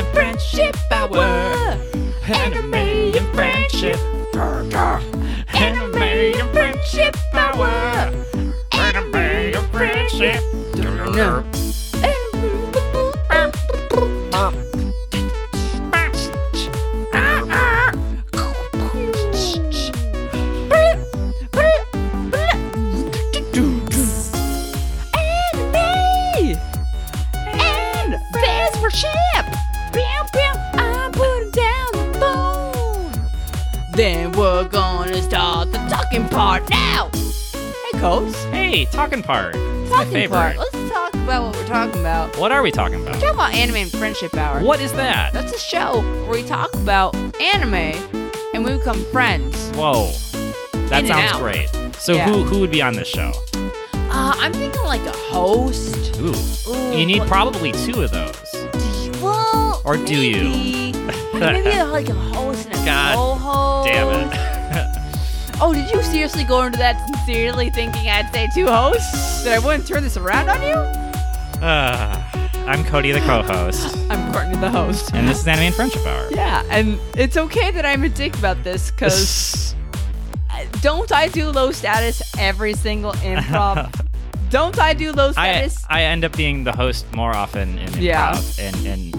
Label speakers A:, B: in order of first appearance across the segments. A: friendship hour. Anime and friendship. Anime and friendship hour. Anime and friendship. Anime and friendship. Bam, bam, I'm putting down the phone. Then we're gonna start the talking part now. Hey, Coach.
B: Hey, talking part. It's my
A: Talking
B: favorite.
A: part. Let's talk about what we're talking about.
B: What are we talking about?
A: Talk about anime and friendship hour.
B: What is that?
A: That's a show where we talk about anime and we become friends.
B: Whoa, that
A: In and
B: sounds
A: out.
B: great. So
A: Yeah.
B: who who would be on this show?
A: Uh, I'm thinking like a host.
B: Ooh,
A: Ooh,
B: you need
A: what-
B: probably two of those.
A: Well,
B: Or do you?
A: maybe. Maybe like a host and a
B: God
A: co-host.
B: Damn it.
A: Oh, did you seriously go into that sincerely thinking I'd say two hosts? That I wouldn't turn this around on you?
B: Ah, I'm Cody, the co-host,
A: I'm Courtney the host.
B: and this is Anime and Friendship Hour.
A: Yeah, and it's okay that I'm a dick about this, because don't I do low status every single improv? don't I do low
B: I,
A: status?
B: I end up being the host more often in improv,
A: Yeah.
B: and and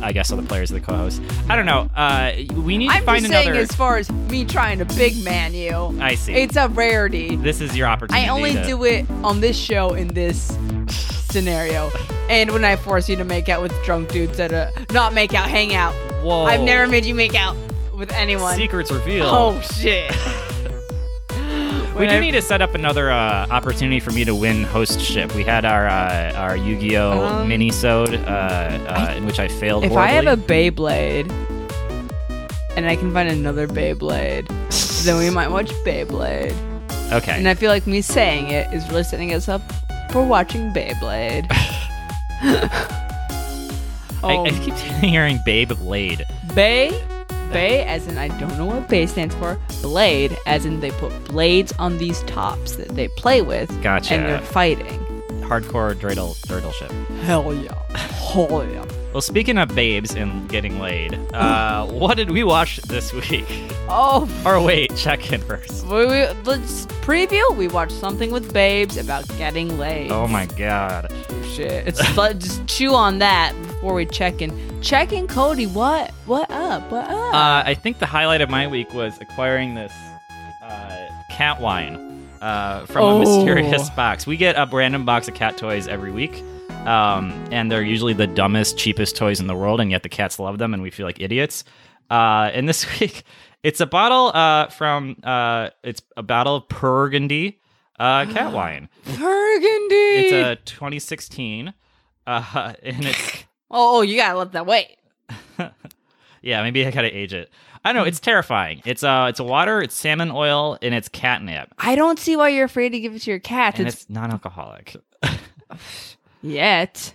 B: I guess all the players are the co-host. I don't know. Uh, we need
A: I'm
B: to find
A: just
B: another.
A: saying, as far as me trying to big man you,
B: I see.
A: it's a rarity.
B: this is your opportunity.
A: I only
B: to-
A: do it on this show in this scenario, and when I force you to make out with drunk dudes at a not make out, hang out.
B: Whoa.
A: I've never made you make out with anyone.
B: secrets revealed.
A: Oh shit.
B: We
A: When
B: do
A: I-
B: need to set up another uh, opportunity for me to win hostship. We had our uh, our Yu-Gi-Oh
A: Um,
B: mini-sode, uh, uh, in which I failed
A: If I
B: horribly.
A: have a Beyblade and I can find another Beyblade, then we might watch Beyblade.
B: okay.
A: And I feel like me saying it is really setting us up for watching Beyblade.
B: I,
A: oh,
B: I keep hearing Babe Blade.
A: Bay, Bay, as in I don't know what Bay stands for. Blade, as in they put blades on these tops that they play with,
B: Gotcha.
A: and they're fighting.
B: Hardcore dreidel dreidel ship.
A: Hell yeah! Hell yeah!
B: Well, speaking of babes and getting laid, uh, what did we watch this week?
A: Oh,
B: Or wait, check in first.
A: we, we, let's preview. We watched something with babes about getting laid.
B: Oh my god.
A: shit. It's let just chew on that before we check in. Check in, Cody. What? What up? What up?
B: Uh, I think the highlight of my week was acquiring this uh, cat wine uh, from a
A: Oh.
B: mysterious box. We get a random box of cat toys every week, um, and they're usually the dumbest, cheapest toys in the world, and yet the cats love them, and we feel like idiots. Uh, and this week, it's a bottle uh, from uh, it's a bottle of Burgundy uh, cat wine.
A: Burgundy.
B: It's a 2016, uh, and it's.
A: oh, oh, you gotta let that wait.
B: Yeah, maybe I gotta age it. I don't know. It's terrifying. It's uh, it's water, it's salmon oil, and it's catnip,
A: I don't see why you're afraid to give it to your cat.
B: and
A: It's,
B: it's, non-alcoholic.
A: yet.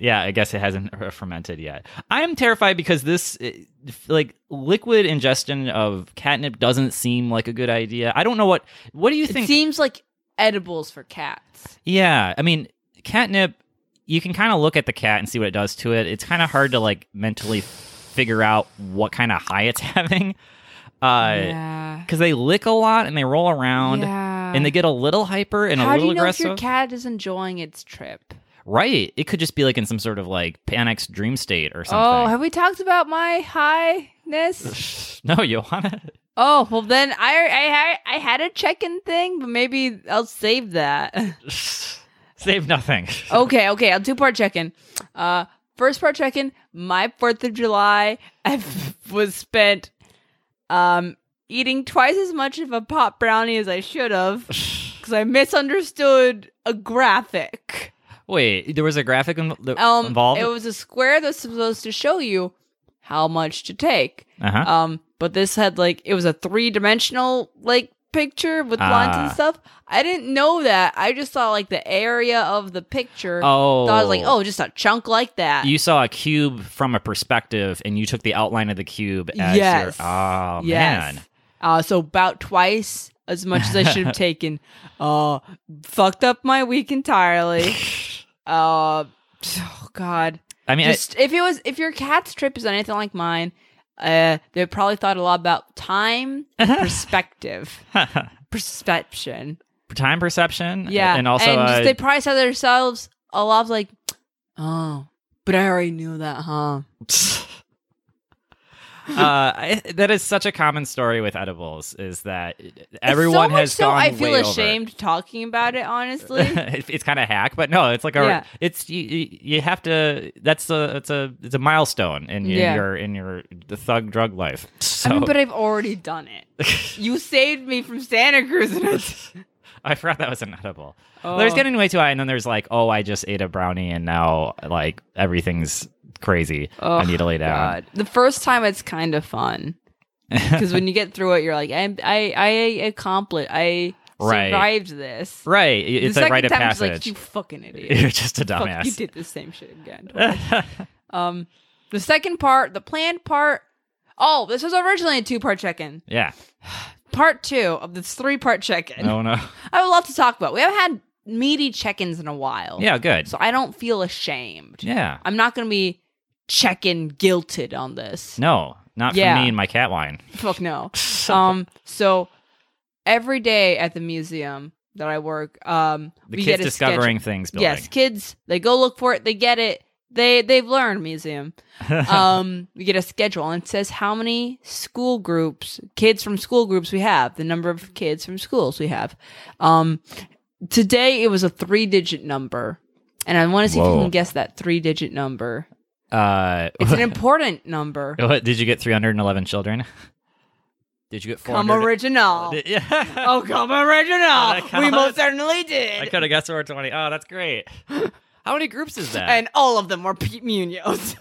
B: yeah, I guess it hasn't uh, fermented yet. I am terrified because this, uh, f- like, liquid ingestion of catnip doesn't seem like a good idea. I don't know what. What do you
A: It
B: think?
A: seems like edibles for cats.
B: yeah, I mean, catnip. You can kind of look at the cat and see what it does to it. It's kind of hard to like mentally figure out what kind of high it's having. Uh,
A: yeah.
B: because they lick a lot and they roll around
A: Yeah.
B: and they get a little hyper and a
A: How do
B: little
A: you know
B: aggressive.
A: if your cat is enjoying its trip?
B: right. It could just be like in some sort of like panics dream state or
A: Oh,
B: something.
A: have we talked about my highness?
B: no, Johanna.
A: oh, well then I I I had a check-in thing, but maybe I'll save that.
B: Save nothing.
A: okay, okay. I'll two part check in. Uh, first part check in. My Fourth of July I was spent um eating twice as much of a pop brownie as I should have because I misunderstood a graphic.
B: Wait, there was a graphic in- that
A: Um,
B: involved.
A: it was a square that's supposed to show you how much to take.
B: uh-huh.
A: Um, but this had like it was a three dimensional like picture with lines and
B: Ah.
A: stuff. I didn't know that. I just saw like the area of the picture.
B: oh,
A: So I was like, oh, just a chunk like that.
B: You saw a cube from a perspective, and you took the outline of the cube as
A: Yes.
B: your. Oh
A: yes.
B: man.
A: Uh, so about twice as much as I should have taken. Uh, fucked up my week entirely. Uh, oh God.
B: I mean, I-
A: Just if it was if your cat's trip is anything like mine, uh, they probably thought a lot about time, and perspective, perception.
B: time perception.
A: Yeah,
B: and also
A: and just,
B: uh,
A: they probably said to themselves a lot of like, oh, but I already knew that, huh?
B: uh, I, that is such a common story with edibles is that e, everyone
A: so much
B: has
A: so
B: gone
A: I feel
B: way over.
A: ashamed talking about it. Honestly,
B: It- it's kind of hack, but no, it's like a
A: Yeah.
B: it's you, you you have to that's a it's a it's a milestone in, in
A: Yeah.
B: your in your thug drug life. So
A: I mean, but I've already done it. you saved me from Santa Cruz, and it's
B: I forgot that was an edible.
A: Oh.
B: There's getting way too high, and then there's like, oh, I just ate a brownie, and now like everything's crazy.
A: Oh,
B: I need to lay down.
A: God. The first time, it's kind of fun because when you get through it, you're like, I, I, I accomplished, I
B: Right.
A: survived this.
B: Right, it- it's
A: the
B: a
A: second
B: rite of
A: time, it's
B: passage.
A: like you fucking idiot.
B: You're just a
A: Fuck, you
B: dumbass.
A: did the same shit again. um, the second part, the planned part. Oh, this was originally a two-part check-in.
B: yeah.
A: Part two of this three-part check-in.
B: Oh no.
A: I have a lot to talk about. We haven't had meaty check-ins in a while.
B: Yeah. Good.
A: So I don't feel ashamed.
B: Yeah.
A: I'm not gonna be check-in guilted on this.
B: No, not for
A: Yeah.
B: me and my cat wine.
A: Fuck no. um. So every day at the museum that I work, um,
B: The
A: we get
B: kids
A: a
B: discovering things.
A: schedule-
B: Building.
A: Yes, kids. They go look for it. They get it. They they've learned museum. Um, we get a schedule and it says how many school groups, kids from school groups we have, the number of kids from schools we have. Um, today it was a three digit number, and I want to see if
B: Whoa.
A: you can guess that three digit number.
B: uh,
A: It's an important number.
B: what, did you get 311 children? Did you get four?
A: Come original.
B: Yeah.
A: Oh, come original.
B: come
A: we
B: on.
A: most certainly
B: I
A: did.
B: could have guessed over 20. Oh, that's great. How many groups is that?
A: And all of them were Pete Munoz.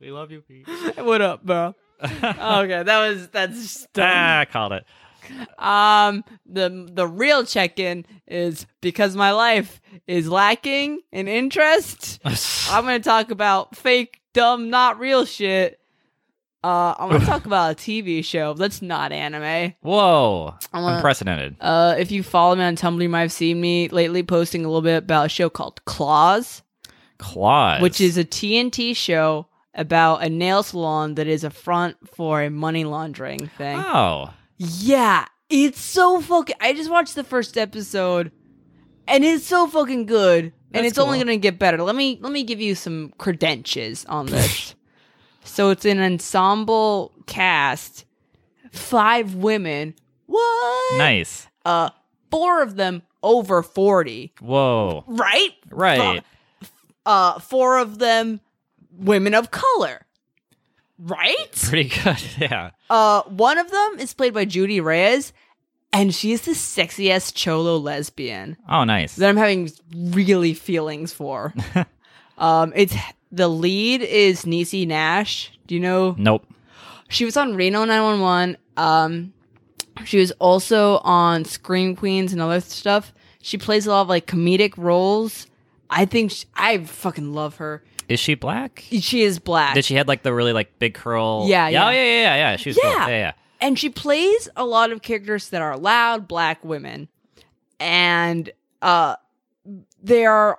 B: we love you, Pete.
A: what up, bro? okay, that was that's
B: ah, called it.
A: um the the real check-in is because my life is lacking in interest. I'm going to talk about fake, dumb, not real shit. Uh, I'm going to talk about a TV show that's not anime.
B: Whoa.
A: I wanna-
B: Unprecedented.
A: Uh, if you follow me on Tumblr, you might have seen me lately posting a little bit about a show called Claws.
B: Claws.
A: which is a TNT show about a nail salon that is a front for a money laundering thing.
B: Oh.
A: Yeah, it's so fucking. I just watched the first episode, and it's so fucking good. and
B: That's
A: it's only
B: cool.
A: gonna get better. Let me let me give you some credentials on this. so it's an ensemble cast, five women. What?
B: Nice.
A: Uh, four of them over forty.
B: Whoa.
A: Right?
B: Right.
A: uh four of them women of color right
B: Pretty good. Yeah.
A: uh one of them is played by judy reyes and she is the sexiest cholo lesbian
B: Oh, nice.
A: that i'm having really feelings for um it's the lead is Niecy nash do you know
B: nope.
A: she was on reno 911 um she was also on scream queens and other stuff she plays a lot of like comedic roles i think sh i fucking love her
B: Is she black?
A: she is black
B: Did she had like the really like big curl?
A: Yeah,
B: Oh,
A: yeah.
B: yeah, yeah, yeah. yeah. She was cool.
A: Yeah.
B: Yeah, yeah.
A: and she plays a lot of characters that are loud black women and uh they are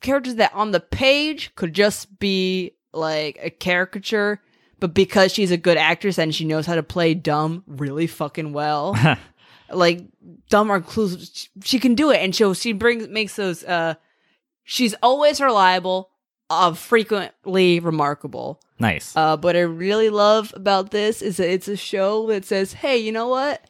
A: characters that on the page could just be like a caricature but because she's a good actress and she knows how to play dumb really fucking well like dumb or clues she, she can do it and so she brings makes those uh she's always reliable uh frequently remarkable
B: Nice.
A: uh, what I really love about this is that it's a show that says, hey, you know what?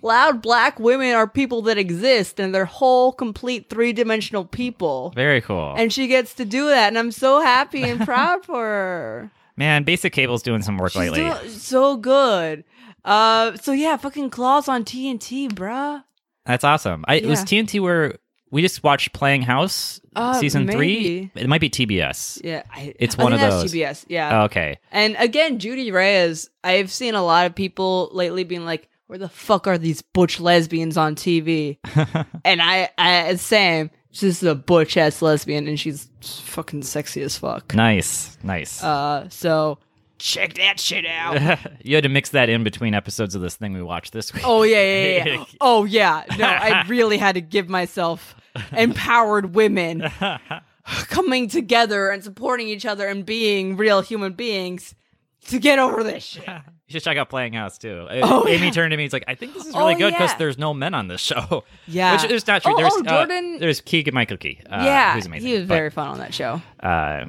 A: Loud black women are people that exist and they're whole, complete, three dimensional people.
B: Very cool.
A: And she gets to do that, and I'm so happy and proud for her.
B: Man, Basic Cable's doing some work
A: She's
B: lately.
A: doing so good. Uh, so yeah, fucking claws on TNT, bruh.
B: That's awesome. I, It was
A: Yeah.
B: TNT where we just watched Playing House
A: Uh,
B: season
A: maybe.
B: three. It might be TBS.
A: Yeah, I,
B: It's
A: I
B: one
A: think
B: of
A: that's
B: those. Oh,
A: TBS, yeah.
B: okay.
A: And again, Judy Reyes, I've seen a lot of people lately being like, "Where the fuck are these butch lesbians on TV?" and I, I same. She's a butch ass lesbian, and she's fucking sexy as fuck.
B: Nice. Nice.
A: Uh, so check that shit out.
B: you had to mix that in between episodes of this thing we watched this week.
A: Oh yeah, yeah, yeah, yeah. Oh yeah. No, I really had to give myself empowered women. coming together and supporting each other and being real human beings to get over this shit.
B: You should check out Playing House too. Uh,
A: Oh,
B: Amy
A: yeah.
B: turned to me. He's like, I think this is really
A: Oh,
B: good because
A: yeah.
B: there's no men on this show.
A: Yeah.
B: which is not true.
A: Oh,
B: there's
A: oh,
B: uh,
A: Jordan-
B: there's Keegan Michael Key. Uh,
A: yeah,
B: who's amazing.
A: he was
B: but,
A: very fun on that show.
B: uh,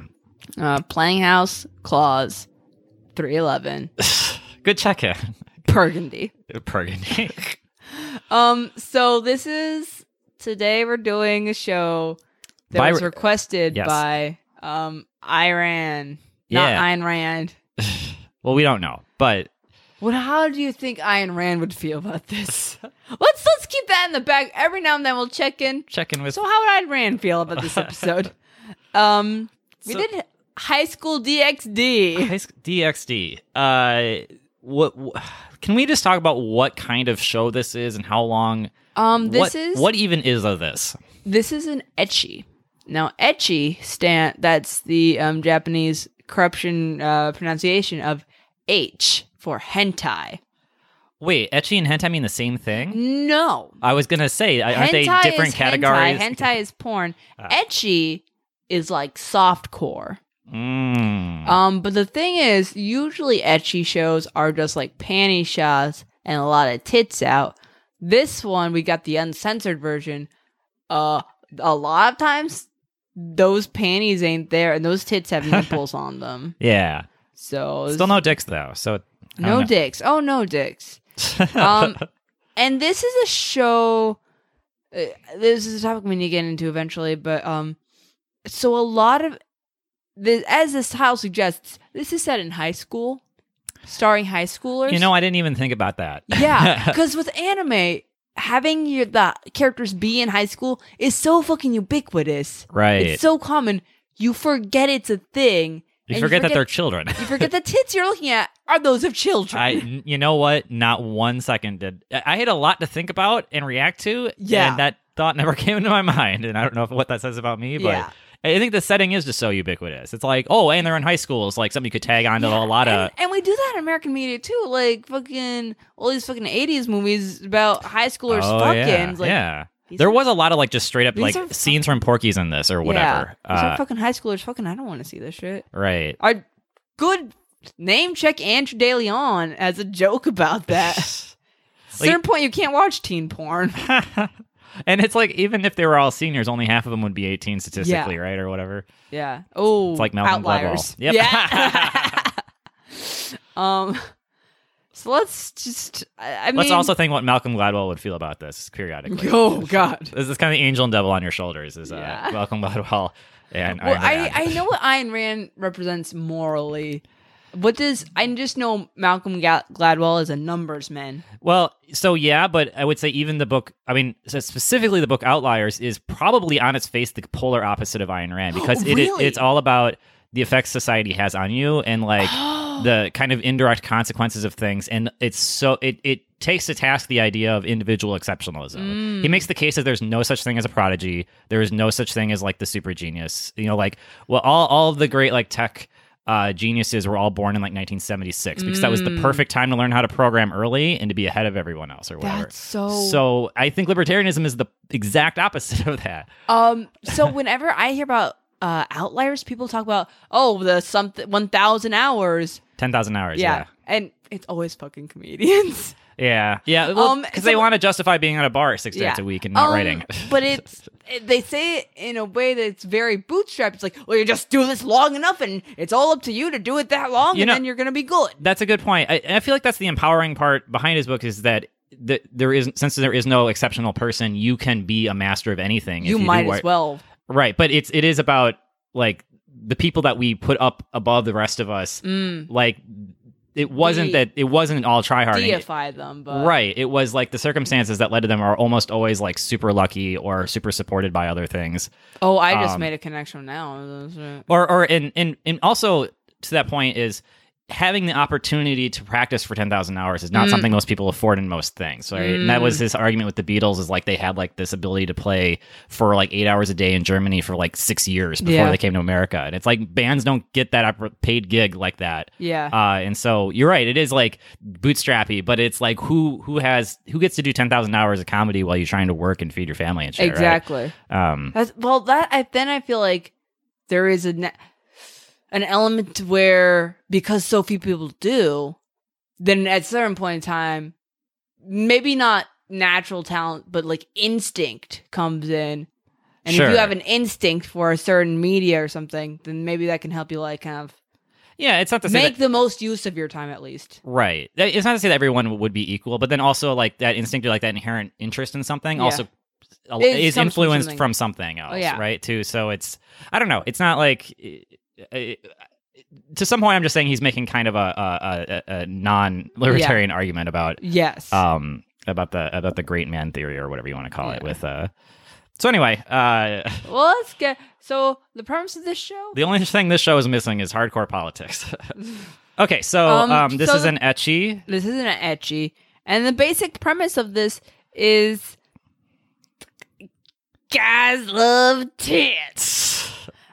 A: Uh, Playing House, Claws, 311,
B: good check in,
A: Burgundy.
B: Burgundy.
A: Um, so this is today we're doing a show that
B: By-
A: was requested
B: Yes.
A: by um Iran,
B: Yeah.
A: not Ayn Rand.
B: well, we don't know, but
A: What? How do you think Ayn Rand would feel about this? let's let's keep that in the back. Every now and then we'll check in.
B: check in with
A: So how would Ayn Rand feel about this episode? um, we
B: So-
A: did High School DxD.
B: High Sch- DxD. Uh, what, wh- Can we just talk about what kind of show this is and how long?
A: Um, this
B: what,
A: is
B: what even is of this?
A: this is an etchy. Now, etchy stand that's the um, Japanese corruption uh, pronunciation of H for hentai.
B: Wait, etchy and hentai mean the same thing?
A: No,
B: I was gonna say, I- aren't they
A: hentai
B: different
A: is
B: categories? Ah.
A: Hentai, hentai is porn. Etchy is like softcore.
B: Mm.
A: Um, but the thing is, usually etchy shows are just like panty shots and a lot of tits out. This one, we got the uncensored version. Uh, a lot of times, those panties ain't there, and those tits have nipples on them.
B: yeah,
A: So
B: still no dicks though. So I
A: no
B: don't
A: dicks. Oh, no dicks.
B: know.
A: Um, and this is a show. Uh, this is a topic we need to get into eventually, but um, so a lot of the as this title suggests, this is set in high school, starring high schoolers.
B: you know, I didn't even think about that.
A: yeah, because with anime, having your the characters be in high school is so fucking ubiquitous.
B: right.
A: It's so common, you forget it's a thing. and
B: you forget that they're children.
A: you forget the tits you're looking at are those of children.
B: I, n- you know what? Not one second did. I I had a lot to think about and react to.
A: Yeah.
B: And that thought never came into my mind. And I don't know if- what that says about me, but
A: Yeah.
B: I think the setting is just so ubiquitous. It's like, oh, and they're in high school. It's like something you could tag onto
A: Yeah,
B: a lot
A: and,
B: of.
A: and we do that in American media too, like fucking all these fucking eighties movies about high schoolers
B: Oh,
A: fucking.
B: yeah.
A: It's like,
B: yeah.
A: these
B: There
A: are-
B: was a lot of like just straight up
A: these
B: like
A: are fu-
B: scenes from Porky's in this or whatever.
A: Yeah. These are
B: Uh,
A: fucking high schoolers fucking I don't want to see this shit.
B: right.
A: Our good name check Andrew De Leon as a joke about that. Certain point you can't watch teen porn.
B: and it's like even if they were all seniors, only half of them would be 18 statistically, right, or whatever.
A: Yeah. Oh,
B: It's like Malcolm Gladwell.
A: outliers.
B: Yep.
A: Yeah. um. So let's just. I, I
B: Let's
A: mean,
B: also think what Malcolm Gladwell would feel about this periodically.
A: Oh God.
B: This is kind of the angel and devil on your shoulders. Is uh,
A: Yeah.
B: Malcolm Gladwell and
A: Well,
B: Iron
A: I,
B: Man.
A: I know what Ayn Rand represents morally. What does I just know Malcolm Ga- Gladwell is a numbers man.
B: Well, so yeah, but I would say even the book. I mean, so specifically the book Outliers is probably on its face the polar opposite of Ayn Rand because it-
A: Really?
B: it it's all about the effects society has on you and like the kind of indirect consequences of things and it's so it it takes to task the idea of individual exceptionalism
A: Mm.
B: he makes the case that there's no such thing as a prodigy there is no such thing as like the super genius you know like well all all of the great like tech uh, geniuses were all born in like 1976 because that was
A: Mm.
B: the perfect time to learn how to program early and to be ahead of everyone else or whatever
A: That's so,
B: so i think libertarianism is the exact opposite of that
A: Um. So whenever I hear about uh outliers, people talk about oh the something one thousand hours.
B: 10000 hours
A: Yeah.
B: yeah
A: and it's always fucking comedians.
B: yeah yeah well,
A: Um,
B: 'cause
A: so-
B: they want to justify being on a bar six
A: Yeah.
B: nights a week and not
A: Um,
B: writing
A: but it's it- they say it in a way that's very bootstrapped. It's like, well, you just do this long enough, and it's all up to you to do it that long,
B: You
A: and
B: know-
A: then you're gonna be good.
B: that's a good point. I, and I feel like that's the empowering part behind his book is that th- there is since there is no exceptional person, you can be a master of anything. if
A: You
B: do
A: might
B: what-
A: as well
B: right? But it's it is about like the people that we put up above the rest of us.
A: Mm. Mm-hmm.
B: Like it
A: De-
B: wasn't that it wasn't all tryhard. It-
A: deify them, but
B: Right. It was like the circumstances that led to them are almost always like super lucky or super supported by other things.
A: Oh, I just
B: Um,
A: made a connection now.
B: or or and and and also to that point is having the opportunity to practice for 10,000 hours is not something most people afford in most things right and that was his argument with the Beatles is like they had like this ability to play for like 8 hours a day in Germany for like 6 years before
A: Yeah.
B: they came to America and it's like bands don't get that oppor- paid gig like that
A: Yeah.
B: uh, and so you're right it is like bootstrappy but it's like who who has who gets to do 10,000 hours of comedy while you're trying to work and feed your family and shit right?
A: exactly.
B: um
A: That's, well, that I then I feel like there is an an element where because so few people do, then at certain point in time, maybe not natural talent, but like instinct comes in. And if
B: Sure.
A: you have an instinct for a certain media or something, then maybe that can help you like kind of
B: Yeah, it's not to say
A: make
B: that,
A: the most use of your time at least.
B: right. That- It's not to say that everyone would be equal, but then also like that instinct or like that inherent interest in something
A: Yeah.
B: also al-
A: It comes
B: is
A: from
B: influenced
A: something. Oh,
B: from something else,
A: yeah.
B: right? Too. So it's I don't know. It's not like. i- i- to some point, I'm just saying he's making kind of a a, a, a non-libertarian argument about
A: Yes.
B: um about the about the great man theory or whatever you want to call it
A: Yeah.
B: with uh so anyway uh
A: well, let's get so the premise of this show.
B: the only thing this show is missing is hardcore politics okay so
A: Um,
B: um, this
A: so
B: is
A: the-
B: an etchy
A: This isn't an etchy. And the basic premise of this is guys love tits.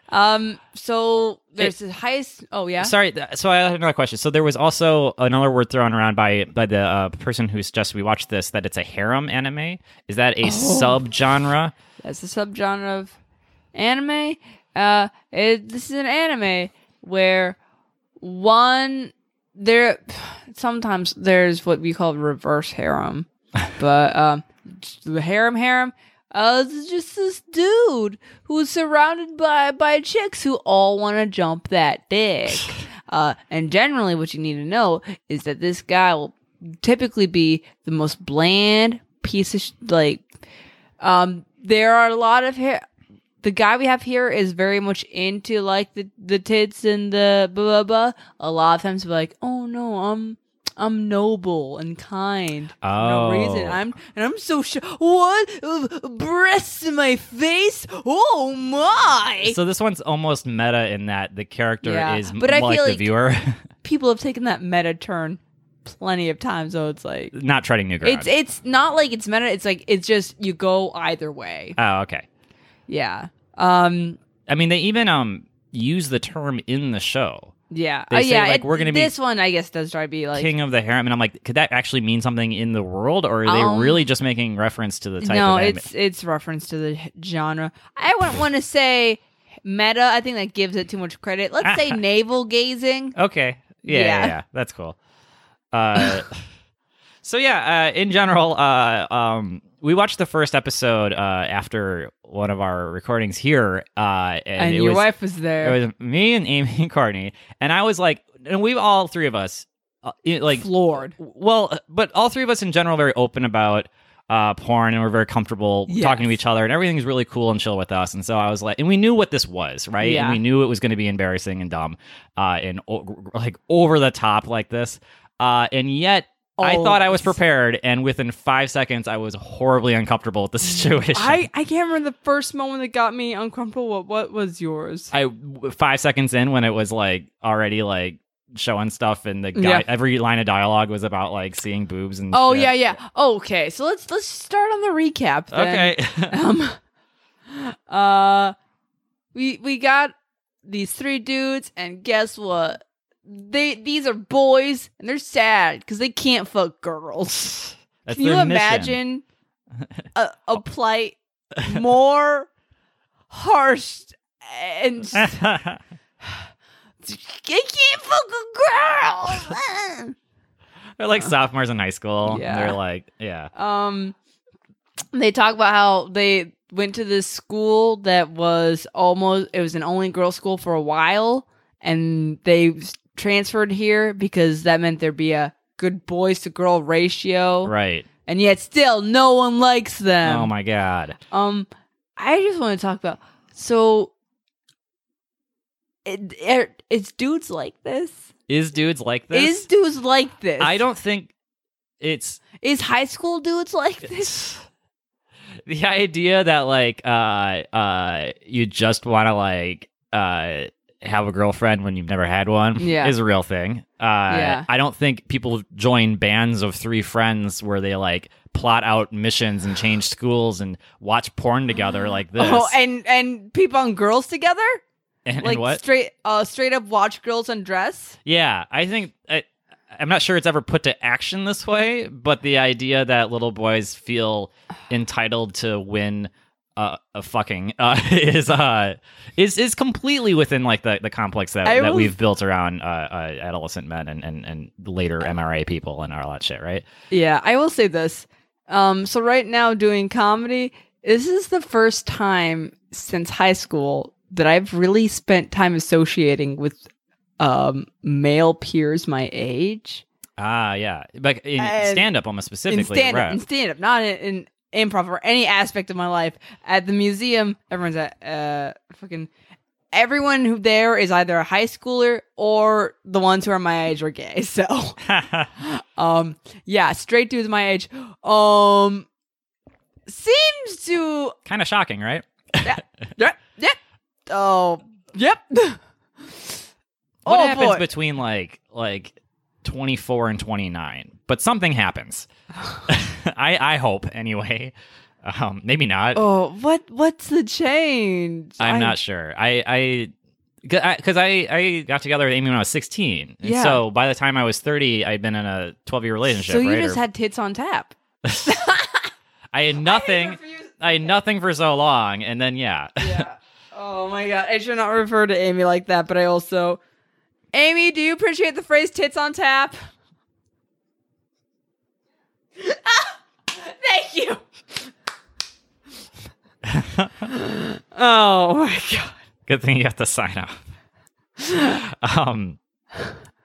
A: Um, so there's the highest. Oh yeah,
B: sorry th- so i have another question so there was also another word thrown around by by the uh, person who suggested we watch this that it's a harem anime is that
A: Oh.
B: a subgenre
A: that's the subgenre of anime. Uh, it, this is an anime where one there sometimes there's what we call reverse harem, but um, the harem harem. Uh, this is just this dude who's surrounded by by chicks who all want to jump that dick. Uh, and generally, what you need to know is that this guy will typically be the most bland piece of sh- like. Um, there are a lot of hair. The guy we have here is very much into like the the tits and the blah blah blah. A lot of times, be like, oh no, I'm I'm noble and kind for no reason.
B: Oh.
A: I'm and I'm so sure. What Uh, breasts in my face? Oh my!
B: so this one's almost meta in that the character
A: Yeah,
B: is m-
A: but I
B: like
A: feel
B: the
A: like-
B: viewer
A: People have taken that meta turn plenty of times, so it's like
B: not treading new ground
A: it's it's not like it's meta. It's like it's just you go either way.
B: oh okay
A: Yeah. Um.
B: I mean, they even um use the term in the show,
A: Yeah.
B: They
A: Uh,
B: say,
A: yeah.
B: like,
A: it-
B: we're gonna be-
A: this one, I guess, does try to be like
B: "King of the Harem," and I'm like, could that actually mean something in the world, or are they
A: Um,
B: really just making reference to the type?
A: no,
B: of anime?
A: it's it's reference to the h- genre. I wouldn't want to say meta. I think that gives it too much credit. Let's say navel gazing.
B: okay, yeah, yeah,
A: Yeah.
B: yeah, that's cool. Uh, so yeah, uh, in general, uh, um, we watched the first episode uh, after one of our recordings here, uh, and,
A: And,
B: it
A: your
B: was,
A: wife was there.
B: It was me and Amy and Courtney, and I was like, and we all three of us, uh, it- like
A: floored.
B: Well, uh, but all three of us in general are very open about uh, porn, and we're very comfortable
A: Yes.
B: talking to each other, and everything's really cool and chill with us. And so I was like, and we knew what this was, right?
A: Yeah.
B: And we knew it was going to be embarrassing and dumb, uh, and o- like over the top like this. Uh, and yet, I
A: Oh.
B: thought I was
A: Always.
B: prepared, and within five seconds, I was horribly uncomfortable with the situation.
A: I, I can't remember the first moment that got me uncomfortable. What what was yours?
B: I five seconds in when it was like already like showing stuff, and the guy
A: Yeah.
B: every line of dialogue was about like seeing boobs and
A: Oh
B: shit.
A: yeah yeah. Okay, so let's let's start on the recap. Then.
B: Okay.
A: Um. Uh, we we got these three dudes, and guess what? They these are boys, and they're sad because they can't fuck girls.
B: That's
A: Can you
B: their mission.
A: imagine a, a plight more harsh and I can't fuck a girl. Um,
B: They're like sophomores in high school. and
A: Yeah.
B: They're like, yeah.
A: um, they talk about how they went to this school that was almost it was an only girl school for a while, and they s- transferred here because that meant there'd be a good boys to girl ratio,
B: Right.
A: and yet still no one likes them.
B: oh my god.
A: Um, I just want to talk about so. It, it, it's dudes like this.
B: Is dudes like this?
A: Is dudes like this?
B: I don't think it's
A: Is high school dudes like this?
B: the idea that like uh uh you just want to like uh have a girlfriend when you've never had one
A: Yeah.
B: is a real thing. Uh
A: Yeah.
B: I don't think people join bands of three friends where they like plot out missions and change schools and watch porn together like this.
A: Oh, and and peep on girls together,
B: And- and
A: like
B: what?
A: straight, uh, straight up watch girls undress.
B: Yeah, I think I, I'm not sure it's ever put to action this way, but the idea that little boys feel entitled to win uh, uh fucking uh, is uh is is completely within like the, the complex that,
A: I
B: that
A: will-
B: we've built around uh, uh adolescent men and, and and later MRA people and all that shit, right?
A: Yeah, I will say this. Um, so right now doing comedy, this is the first time since high school that I've really spent time associating with um male peers my age.
B: Ah, yeah, like in
A: And-
B: stand up almost
A: Uh, In
B: specifically,
A: stand up,
B: right?
A: in stand up, not in, in improv or any aspect of my life. At the museum, everyone's at uh fucking everyone who there is either a high schooler or the ones who are my age or gay. So Um, yeah, straight dudes my age. Um, seems to
B: kind of shocking, right?
A: yeah, yeah. Oh, yep.
B: What
A: oh
B: happens
A: boy.
B: between like like 24 and 29? But something happens. I I hope anyway. Um, maybe not.
A: oh, what? What's the change?
B: I'm
A: I-
B: not sure. I I because I, I got together with Amy when I was 16. And
A: Yeah.
B: So by the time I was 30, I'd been in a 12 year relationship.
A: So you
B: right?
A: just
B: Or-
A: had tits on tap.
B: I had nothing. I had nothing for so long, and then yeah,
A: yeah. Oh my god, I should not refer to Amy like that, but I also. Amy, do you appreciate the phrase "tits on tap"? Ah, thank you. oh my god.
B: good thing you got the sign up. um.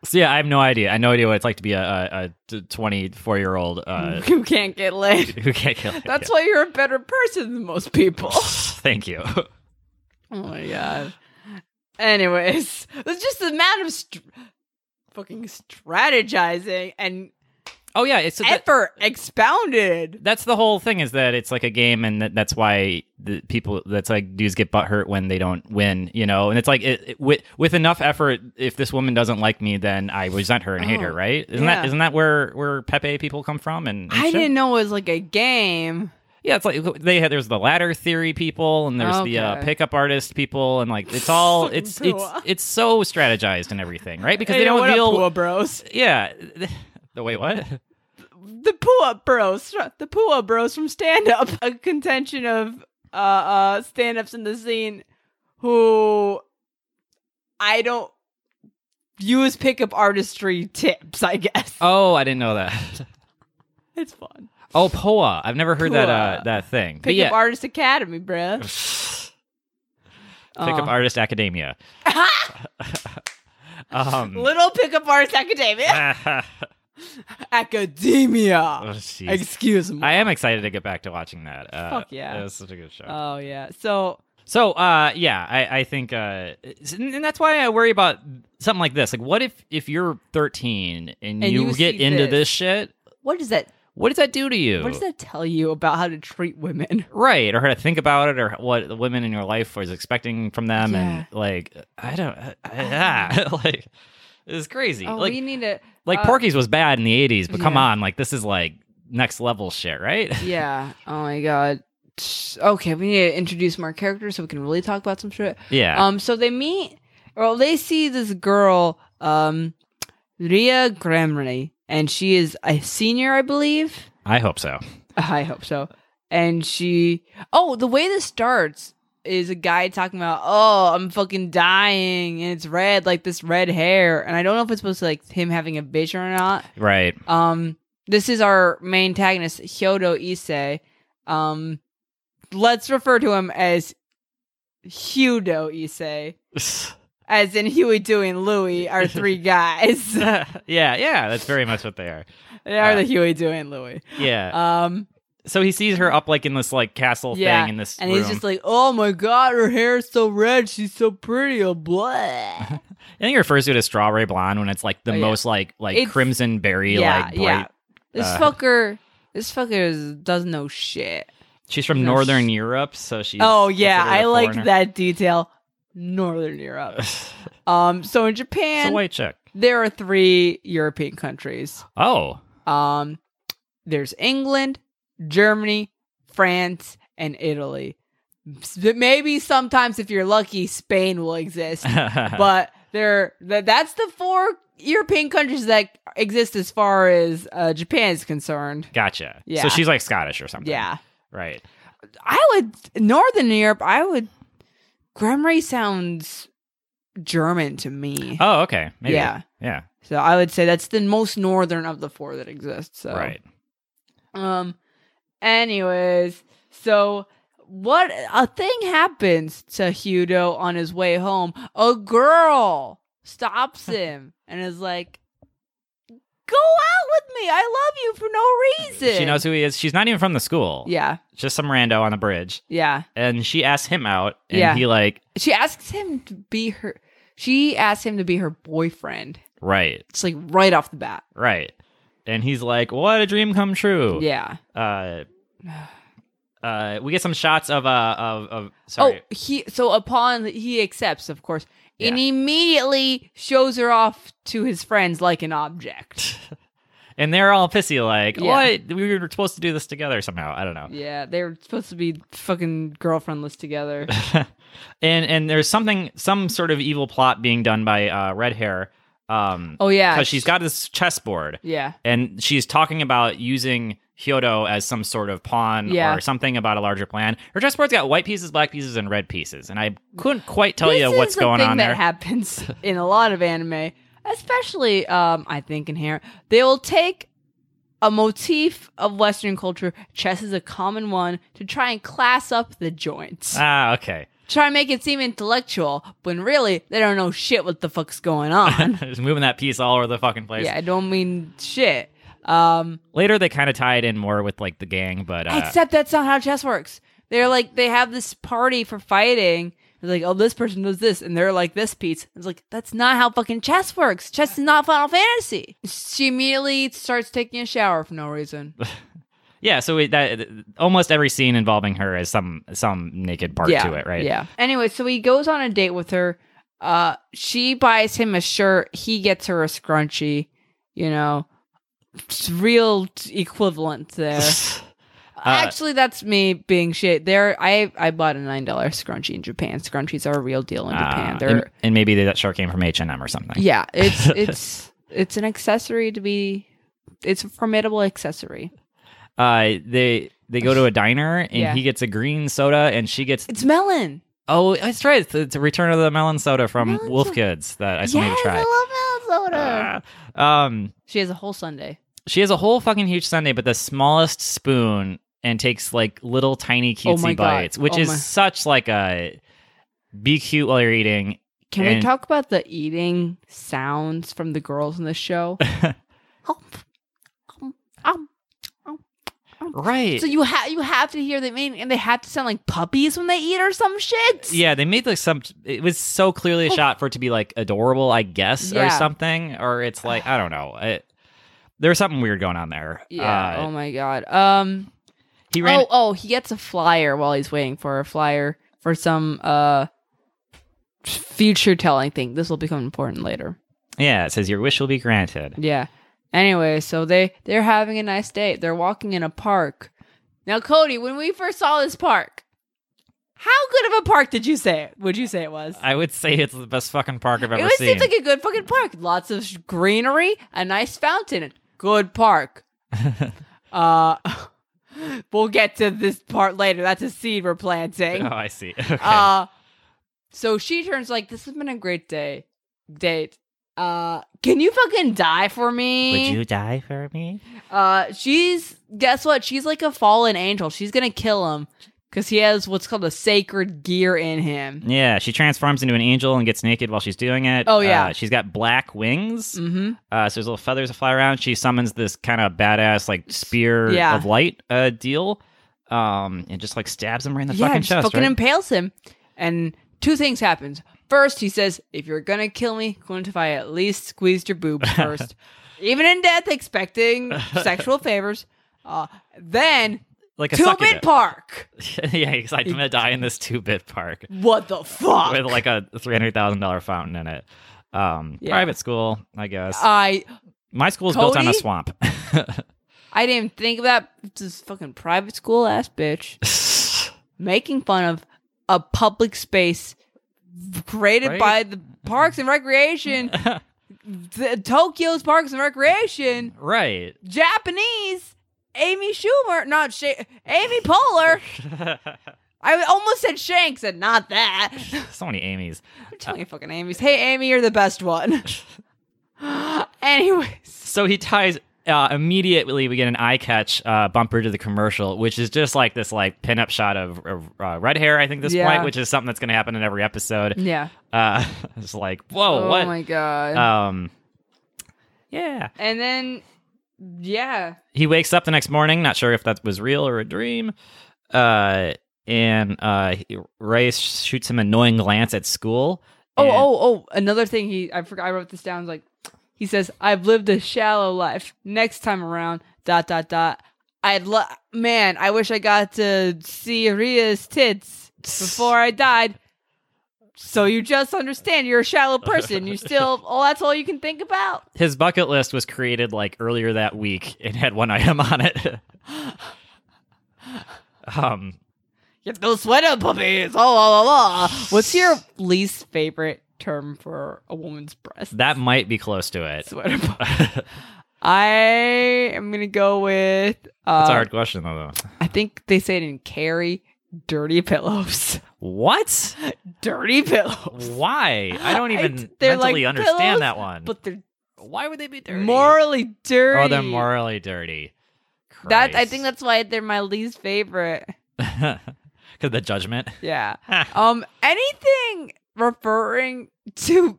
B: So yeah, I have no idea. I have no idea what it's like to be a- a a 24 year old uh,
A: you can't get laid.
B: who can't kill. it.
A: That's why you're a better person than most people.
B: Thank you.
A: Oh my god. Anyways, it's just the matter of str fucking strategizing and
B: Oh yeah, it's that-
A: effort expounded.
B: that's the whole thing is that it's like a game, and that, that's why the people that's like dudes get butthurt when they don't win, you know. And it's like it, it- with with enough effort, if this woman doesn't like me, then I resent her and hate her,
A: Oh,
B: right? Isn't
A: yeah.
B: that isn't that where where Pepe people come from? And, and
A: I
B: shit?
A: didn't know it was like a game.
B: Yeah, it's like they had there's the ladder theory people and there's the uh,
A: Okay.
B: pickup artist people and like it's all it's it's
A: Pua.
B: it's so strategized and everything, right? Because
A: Hey,
B: they
A: yo,
B: don't
A: what up,
B: deal.
A: Pua Bros.
B: Yeah. The wait, what?
A: The Pua Bros. The Pua Bros from stand up. A contention of uh, uh stand ups in the scene who I don't use pickup artistry tips, I guess.
B: Oh, I didn't know that.
A: It's fun.
B: Oh, Poa. I've never heard that uh,
A: Poa.
B: that thing.
A: Pick
B: but yeah,
A: up Artist Academy, bruh.
B: pick up artist academia. um,
A: Little pickup artist academia. Academia.
B: Oh, jeez.
A: Excuse me.
B: I am excited to get back to watching that. Uh,
A: Fuck yeah.
B: that was such a good show.
A: oh yeah. So
B: So, uh, yeah, I, I think, uh, it's- and and that's why I worry about something like this. Like, what if if you're 13 and,
A: And
B: you,
A: you
B: get
A: see
B: into
A: this.
B: this. shit?
A: what does that
B: What does that do to you?
A: what does that tell you about how to treat women?
B: right, or how to think about it, or what the women in your life was expecting from them, and like, I don't, I, I- yeah, like, it's crazy.
A: Oh,
B: like,
A: we need to
B: like
A: uh,
B: Porky's was bad in the 80s, but come
A: yeah.
B: on, like, this is like next level shit, right?
A: Yeah. Oh my god. Okay, we need to introduce more characters so we can really talk about some shit.
B: yeah.
A: Um, so they meet, or they see this girl, um, Ria Gremley, and she is a senior, I believe.
B: I hope so.
A: I hope so. And she, oh, the way this starts is a guy talking about, oh, I'm fucking dying, and it's red, like this red hair, and I don't know if it's supposed to like him having a vision or not.
B: Right.
A: Um, this is our main antagonist, Hyodo Issei. Um, let's refer to him as Hyodo Issei, as in Huey, Dewey, and Louie are three guys.
B: yeah, yeah, that's very much what they are.
A: they are
B: Uh,
A: the Huey, Dewey, and Louie.
B: Yeah.
A: Um,
B: so he sees her up like in this like castle
A: Yeah,
B: thing in this
A: and
B: room.
A: he's just like, "Oh my god, her hair is so red. She's so pretty." Oh, blah.
B: I think he refers to it as strawberry blonde when it's like the
A: Oh, yeah.
B: most like like
A: It's-
B: crimson berry like bright.
A: This
B: uh,
A: fucker, this fucker is, doesn't know shit.
B: She's from
A: No,
B: northern
A: sh-
B: Europe, so she's
A: oh yeah,
B: considered
A: I
B: a
A: liked
B: foreigner.
A: that detail. Northern Europe.
B: it's
A: um, so in
B: a
A: Japan,
B: white chick.
A: there are three European countries.
B: Oh,
A: Um, there's England, Germany, France, and Italy. S- Maybe sometimes, if you're lucky, Spain will exist. but there th- that's the four European countries that exist as far as uh, Japan is concerned.
B: gotcha.
A: Yeah.
B: So she's like Scottish or something.
A: Yeah.
B: Right.
A: I would Northern Europe. I would. Grumry sounds German to me.
B: Oh, okay. Maybe.
A: Yeah.
B: Yeah.
A: So I would say that's the most northern of the four that exist. So
B: Right.
A: Um. Anyways, so what a thing happens to Hudo on his way home. A girl stops him and is like, "Go out with me. I love you for no reason."
B: She knows who he is. She's not even from the school.
A: Yeah.
B: Just some rando on the bridge.
A: Yeah.
B: And she asks him out. And
A: Yeah.
B: he like,
A: She asks him to be her. She asks him to be her boyfriend.
B: right,
A: It's like right off the bat.
B: right. And he's like, what a dream come true.
A: Yeah.
B: Uh, uh, we get some shots of, uh, of, of sorry.
A: Oh, he so upon he accepts, of course, and
B: Yeah.
A: immediately shows her off to his friends like an object.
B: And they're all pissy, like,
A: Oh. Yeah.
B: what? We were supposed to do this together somehow. I don't know.
A: yeah, they're supposed to be fucking girlfriendless together.
B: and and there's something some sort of evil plot being done by uh, red hair um
A: Oh yeah,
B: because she's got this chessboard
A: yeah,
B: and she's talking about using Hyodo as some sort of pawn
A: Yeah.
B: or something about a larger plan. Her chessboard's got white pieces, black pieces, and red pieces, and I couldn't quite tell
A: This
B: you what's
A: is a
B: going
A: thing
B: on
A: that
B: there.
A: happens in a lot of anime, especially um, I think in here they will take a motif of Western culture. Chess is a common one to try and class up the joints,
B: ah, okay.
A: try and make it seem intellectual when really they don't know shit what the fuck's going on.
B: Just moving that piece all over the fucking place.
A: Yeah, I don't mean shit. Um,
B: Later, they kind of tie it in more with like the gang, but uh,
A: except that's not how chess works. They're like they have this party for fighting. It's like, oh, this person does this, and they're like this piece. It's like that's not how fucking chess works. Chess is not Final Fantasy. She immediately starts taking a shower for no reason.
B: yeah. So it, that almost every scene involving her is some some naked part to it, right?
A: Yeah. Anyway, so he goes on a date with her. Uh, she buys him a shirt. He gets her a scrunchie. You know, it's real t- equivalent there.
B: Uh,
A: Actually, that's me being shit. There, I I bought a nine dollar scrunchie in Japan. Scrunchies are a real deal in
B: Ah,
A: Japan. They're
B: and, and maybe that shirt came from H and M or something.
A: yeah, it's it's it's an accessory to be. It's a formidable accessory.
B: Uh, they they go to a diner and
A: Yeah.
B: he gets a green soda and she gets
A: It's melon.
B: oh that's right it's, it's a return of the melon soda from
A: Melon
B: Wolf
A: soda.
B: Kids that I still
A: yes,
B: need to try.
A: I love melon soda.
B: Ah. um,
A: she has a whole Sunday.
B: she has a whole fucking huge sundae, but the smallest spoon and takes like little tiny
A: Oh
B: cutesy
A: my God.
B: bites, which
A: Oh
B: is
A: my-
B: such like a be cute while you're eating.
A: Can we
B: And-
A: talk about the eating sounds from the girls in the show? Hump, hump, hump.
B: Right.
A: So you have you have to hear them eating, and they have to sound like puppies when they eat or some shit.
B: Yeah, they made like some. It was so clearly a shot for it to be like adorable, I guess, or
A: Oh. Yeah.
B: something. Or it's like I don't know. It, there was something weird going on there.
A: Yeah.
B: Uh,
A: oh my god. Um.
B: he ran.
A: Oh, oh, he gets a flyer while he's waiting for a flyer for some uh future telling thing. This will become important later.
B: Yeah, it says your wish will be granted.
A: Yeah. Anyway, so they they're having a nice day. They're walking in a park. Now, Cody, when we first saw this park, how good of a park did you say? It, would you say it was?
B: I would say it's the best fucking park I've
A: it
B: ever
A: was,
B: seen.
A: seems like a good fucking park. Lots of sh- greenery, a nice fountain, good park. uh, we'll get to this part later. That's a seed we're planting.
B: oh, I see. Okay.
A: Uh, so she turns like, "This has been a great day, date. Uh, can you fucking die for
B: would
A: me?"
B: you die for me?
A: Uh, she's guess what? She's like a fallen angel. She's gonna kill him because he has what's called a sacred gear in him.
B: Yeah, she transforms into an angel and gets naked while she's doing it.
A: Oh, yeah.
B: Uh, she's got black wings.
A: Mm-hmm.
B: Uh, so there's little feathers that fly around. She summons this kind of badass like spear
A: Yeah.
B: of light uh, deal, um, and just like stabs him right in the
A: yeah,
B: fucking
A: just
B: chest.
A: fucking
B: right?
A: impales him, and two things happens. First, he says, "If you're gonna kill me, couldn't if I at least squeezed your boobs first, even in death, expecting sexual favors." Uh, then
B: like a
A: two bit
B: succubus.
A: park.
B: yeah, he's like, I'm gonna die in this two bit park
A: What the fuck?
B: with like a three hundred thousand dollar fountain in it. Um,
A: Yeah.
B: Private school, I guess.
A: I
B: My school's built on a
A: Cody?
B: swamp.
A: I didn't think of that. It's This fucking private school ass bitch making fun of a public space created
B: Right?
A: by the Parks and Recreation, the, Tokyo's Parks and Recreation,
B: right.
A: Japanese Amy Schumer, not Sh- Amy Poehler. I almost said Shanks and not that.
B: so many Amy's.
A: I'm telling you, fucking Amy's. Hey, Amy, you're the best one. Anyways,
B: So he ties. Uh, immediately, we get an eye catch uh, bumper to the commercial, which is just like this like pinup shot of, of uh, red hair. I think this
A: Yeah.
B: point, which is something that's going to happen in every episode.
A: yeah.
B: Uh, it's like, whoa,
A: oh
B: what?
A: my god.
B: Um, yeah.
A: and then, yeah,
B: he wakes up the next morning, not sure if that was real or a dream. Uh, and uh, he- Ray sh- shoots him an annoying glance at school.
A: Oh,
B: and-
A: oh, oh! Another thing he I forgot I wrote this down. It's Like he says, "I've lived a shallow life. Next time around, dot dot dot. I'd lo- man, I wish I got to see Ria's tits before I died. So you just understand you're a shallow person. You still, oh, that's all you can think about.
B: His bucket list was created like earlier that week and had one item on it. um,
A: Get those sweater puppies. Oh, la la la. What's your least favorite term for a woman's breast?
B: that might be close to it.
A: sweater. Pu-
B: That's
A: I am gonna go with. Uh,
B: a hard question though. though.
A: I think they say it in carry dirty pillows.
B: What?
A: dirty pillows.
B: Why? I don't
A: I-
B: even
A: they're
B: mentally
A: like
B: understand
A: pillows,
B: that one.
A: But they're
B: why would they be dirty?
A: morally dirty.
B: Oh, they're morally dirty.
A: That I think
B: Christ.
A: that's why they're my least favorite.
B: Because the judgment.
A: Yeah. Um anything referring to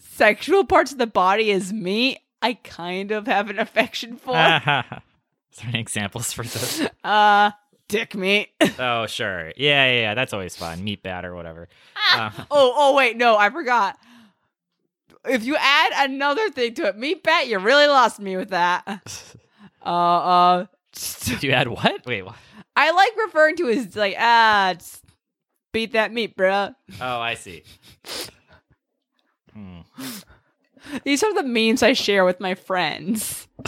A: sexual parts of the body as me, I kind of have an affection for.
B: Is there any examples for this?
A: uh dick meat. oh,
B: Oh, sure. Yeah, yeah, yeah. That's always fun. Meat bat or whatever. Uh,
A: oh wait, no, I forgot. If you add another thing to it, meat bat, you really lost me with that. Uh uh
B: do you add what? Wait, what?
A: I like referring to it as like ah just beat that meat, bruh.
B: Oh, I see. Hmm.
A: These are the memes I share with my friends.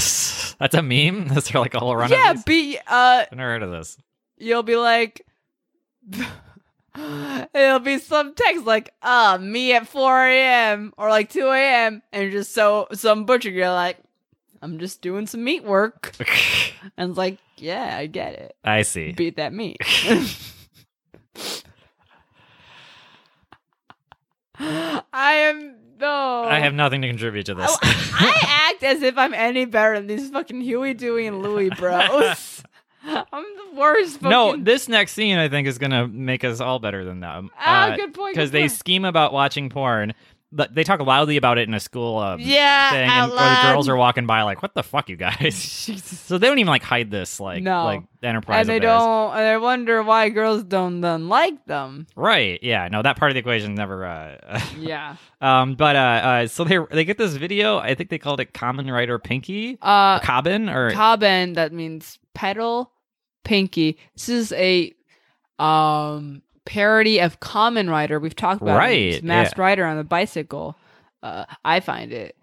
B: That's a meme? Is there like a whole run
A: yeah,
B: of these?
A: be uh
B: I've never heard of this.
A: you'll be like it'll be some text like uh me at 4 a.m or like 2 a.m and you're just so some butcher you're like i'm just doing some meat work and it's like yeah i get it
B: I see.
A: beat that meat i am no
B: I have nothing to contribute to this.
A: Oh, I act as if I'm any better than these fucking Huey, Dewey, and Louie bros. I'm the worst. Fucking...
B: no, this next scene I think is going to make us all better than them.
A: ah, good point.
B: Because
A: Because
B: uh, they scheme about watching porn. but They talk loudly about it in a school um,
A: yeah,
B: thing,
A: out
B: and, or
A: loud.
B: the girls are walking by like, "What the fuck, you guys?" so they don't even like hide this, like,
A: No.
B: like enterprise.
A: and they
B: of theirs.
A: don't. And I wonder why girls don't then like them.
B: right? Yeah, no, that part of the equation never. Uh,
A: Yeah.
B: um, but uh, uh, so they they get this video. I think they called it Common Writer Pinky,
A: Uh,
B: Cobbin, or
A: Cobbin, that means petal, pinky. This is a um parody of Common Rider. We've talked about
B: Right,
A: it. Masked Rider on the bicycle. Uh, I find it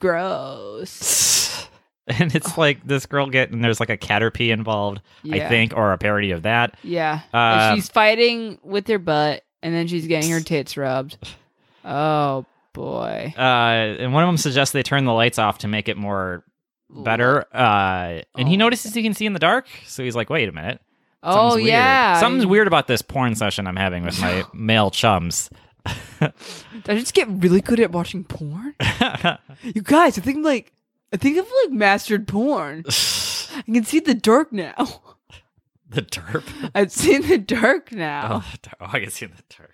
A: gross.
B: and it's like this girl getting there's like a caterpie involved,
A: oh. Yeah.
B: I think, or a parody of that.
A: Yeah. And
B: Uh,
A: she's fighting with her butt, and then she's getting her tits rubbed. Oh boy.
B: uh, and one of them suggests they turn the lights off to make it more better. Uh, and he
A: Oh,
B: notices he can see in the dark, so he's like, "Wait a minute."
A: Oh
B: Something's weird.
A: yeah.
B: Something's weird about this porn session I'm having with my male chums.
A: Did I just get really good at watching porn? you guys, I think I'm like I think I've like mastered porn. I
B: the
A: can see the dark now.
B: derp.
A: I've seen the dark now.
B: Oh, the derp. Oh, I can see the derp.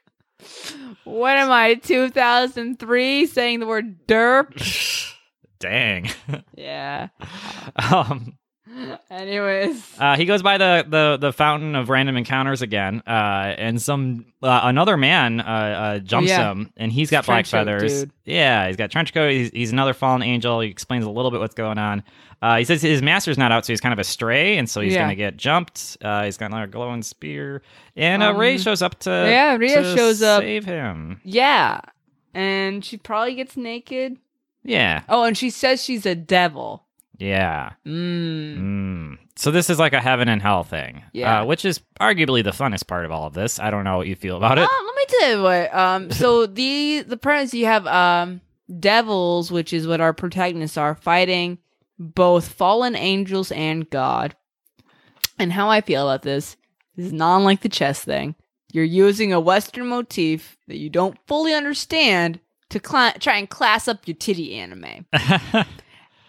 A: What am I, 2003, saying the word derp?
B: Dang.
A: Yeah.
B: um,
A: Anyways.
B: uh, he goes by the, the, the fountain of random encounters again, uh, and some uh, another man uh, uh, jumps
A: Yeah.
B: him, and he's got black
A: Trench coat
B: feathers.
A: dude.
B: Yeah, he's got trench coat. He's, he's another fallen angel. He explains a little bit what's going on. Uh, he says his master's not out, so he's kind of a stray, and so he's
A: Yeah.
B: gonna get jumped. Uh, he's got another glowing spear, and uh,
A: Um,
B: Ray shows up to
A: yeah, Rhea
B: to
A: shows up.
B: save him.
A: Yeah. And she probably gets naked.
B: Yeah,
A: Oh, and she says she's a devil.
B: yeah.
A: Mm.
B: Mm. So this is like a heaven and hell thing,
A: Yeah.
B: uh, which is arguably the funnest part of all of this. I don't know what you feel about
A: Um,
B: it.
A: let me tell you what. Um, so the the premise you have um devils, which is what our protagonists are fighting both fallen angels and God. And how I feel about this is not like the chess thing. You're using a Western motif that you don't fully understand to cla try and class up your titty anime. Ah!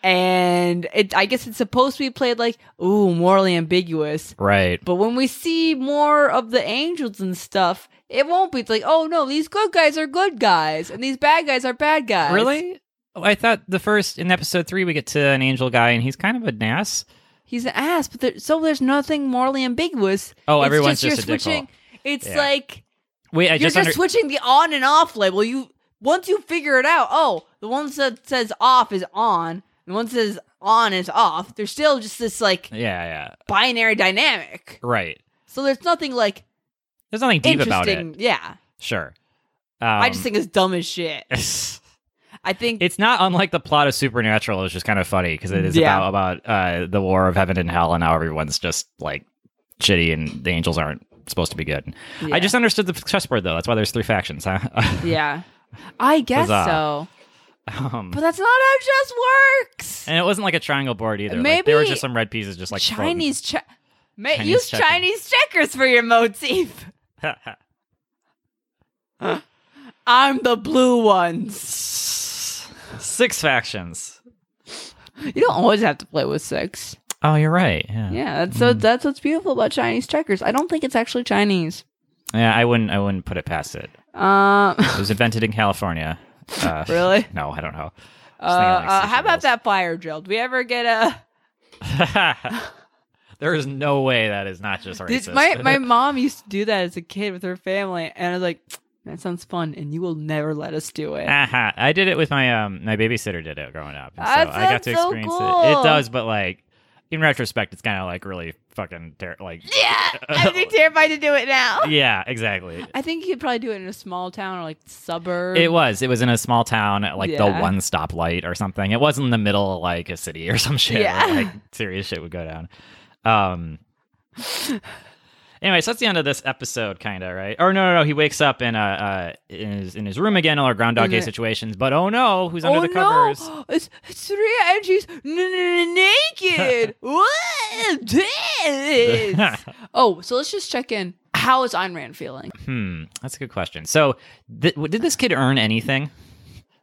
A: And it, I guess it's supposed to be played like, ooh, morally ambiguous.
B: right.
A: But when we see more of the angels and stuff, it won't be like, oh no, these good guys are good guys and these bad guys are bad guys.
B: Really? Oh, I thought the first in episode three we get to an angel guy and he's kind of a nass.
A: He's an ass, but there, so there's nothing morally ambiguous.
B: Oh,
A: It's
B: everyone's just, a
A: you're
B: dickhole.
A: switching. It's
B: Yeah.
A: like
B: Wait, I
A: you're
B: just,
A: just
B: under-
A: switching the on and off label. You once you figure it out, oh, the one that says off is on, and the one that says on is off. There's still just this like
B: yeah, yeah,
A: binary dynamic.
B: right.
A: So there's nothing like
B: There's nothing deep about
A: interesting.
B: it.
A: Yeah,
B: Sure.
A: I just think it's dumb as shit.
B: think
A: I think
B: it's not unlike the plot of Supernatural. It's just kind of funny because it is
A: Yeah.
B: about about uh, the war of heaven and hell and how everyone's just like shitty and the angels aren't supposed to be good.
A: yeah.
B: I just understood the chessboard though. That's why there's three factions, huh?
A: yeah. I guess
B: Huzzah.
A: so,
B: um,
A: but that's not how chess works.
B: and it wasn't like a triangle board either. like, there were
A: Maybe
B: just some red pieces, just like floating.
A: Chinese, che- Ma-
B: Chinese
A: use
B: checkers.
A: Chinese checkers for your motif. I'm the blue ones.
B: Six factions.
A: You don't always have to play with six.
B: Oh, you're right. Yeah. yeah,
A: Yeah, that's so that's what's beautiful about Chinese checkers. I don't think it's actually Chinese.
B: I wouldn't. I wouldn't put it past it.
A: Um,
B: It was invented in California. Uh,
A: Really?
B: No, I don't know.
A: uh,
B: like
A: uh,
B: six
A: how about
B: rolls.
A: that fire drill? Do we ever get a?
B: there is no way that is not just
A: Did,
B: racist.
A: my my mom used to do that as a kid with her family, and I was like, that sounds fun, and you will never let us do it.
B: Uh-huh. I did it with my um my babysitter did it growing up. and
A: That
B: so I got
A: sounds
B: to
A: so
B: experience it. It
A: cool.
B: does, but like in retrospect, it's kind of like really fucking ter- like
A: Yeah, I'd be terrified to do it now.
B: yeah, exactly.
A: I think you could probably do it in a small town or like suburb.
B: It was. It was in a small town, at, like the
A: Yeah.
B: one stoplight or something. It wasn't in the middle of like a city or some shit. where,
A: Yeah.
B: like serious shit would go down. Um. anyway, so that's the end of this episode, kind of right? Or no, no, no. He wakes up in a uh, in his in his room again, all our Groundhog
A: In
B: Day
A: the-
B: situations. But oh no, who's under
A: oh
B: the covers?
A: no! It's, it's Rhea and she's n- n- naked. what is this? oh, so let's just check in. How is Ayn Rand feeling?
B: Hmm, that's a good question. So, th- w- did this kid earn anything?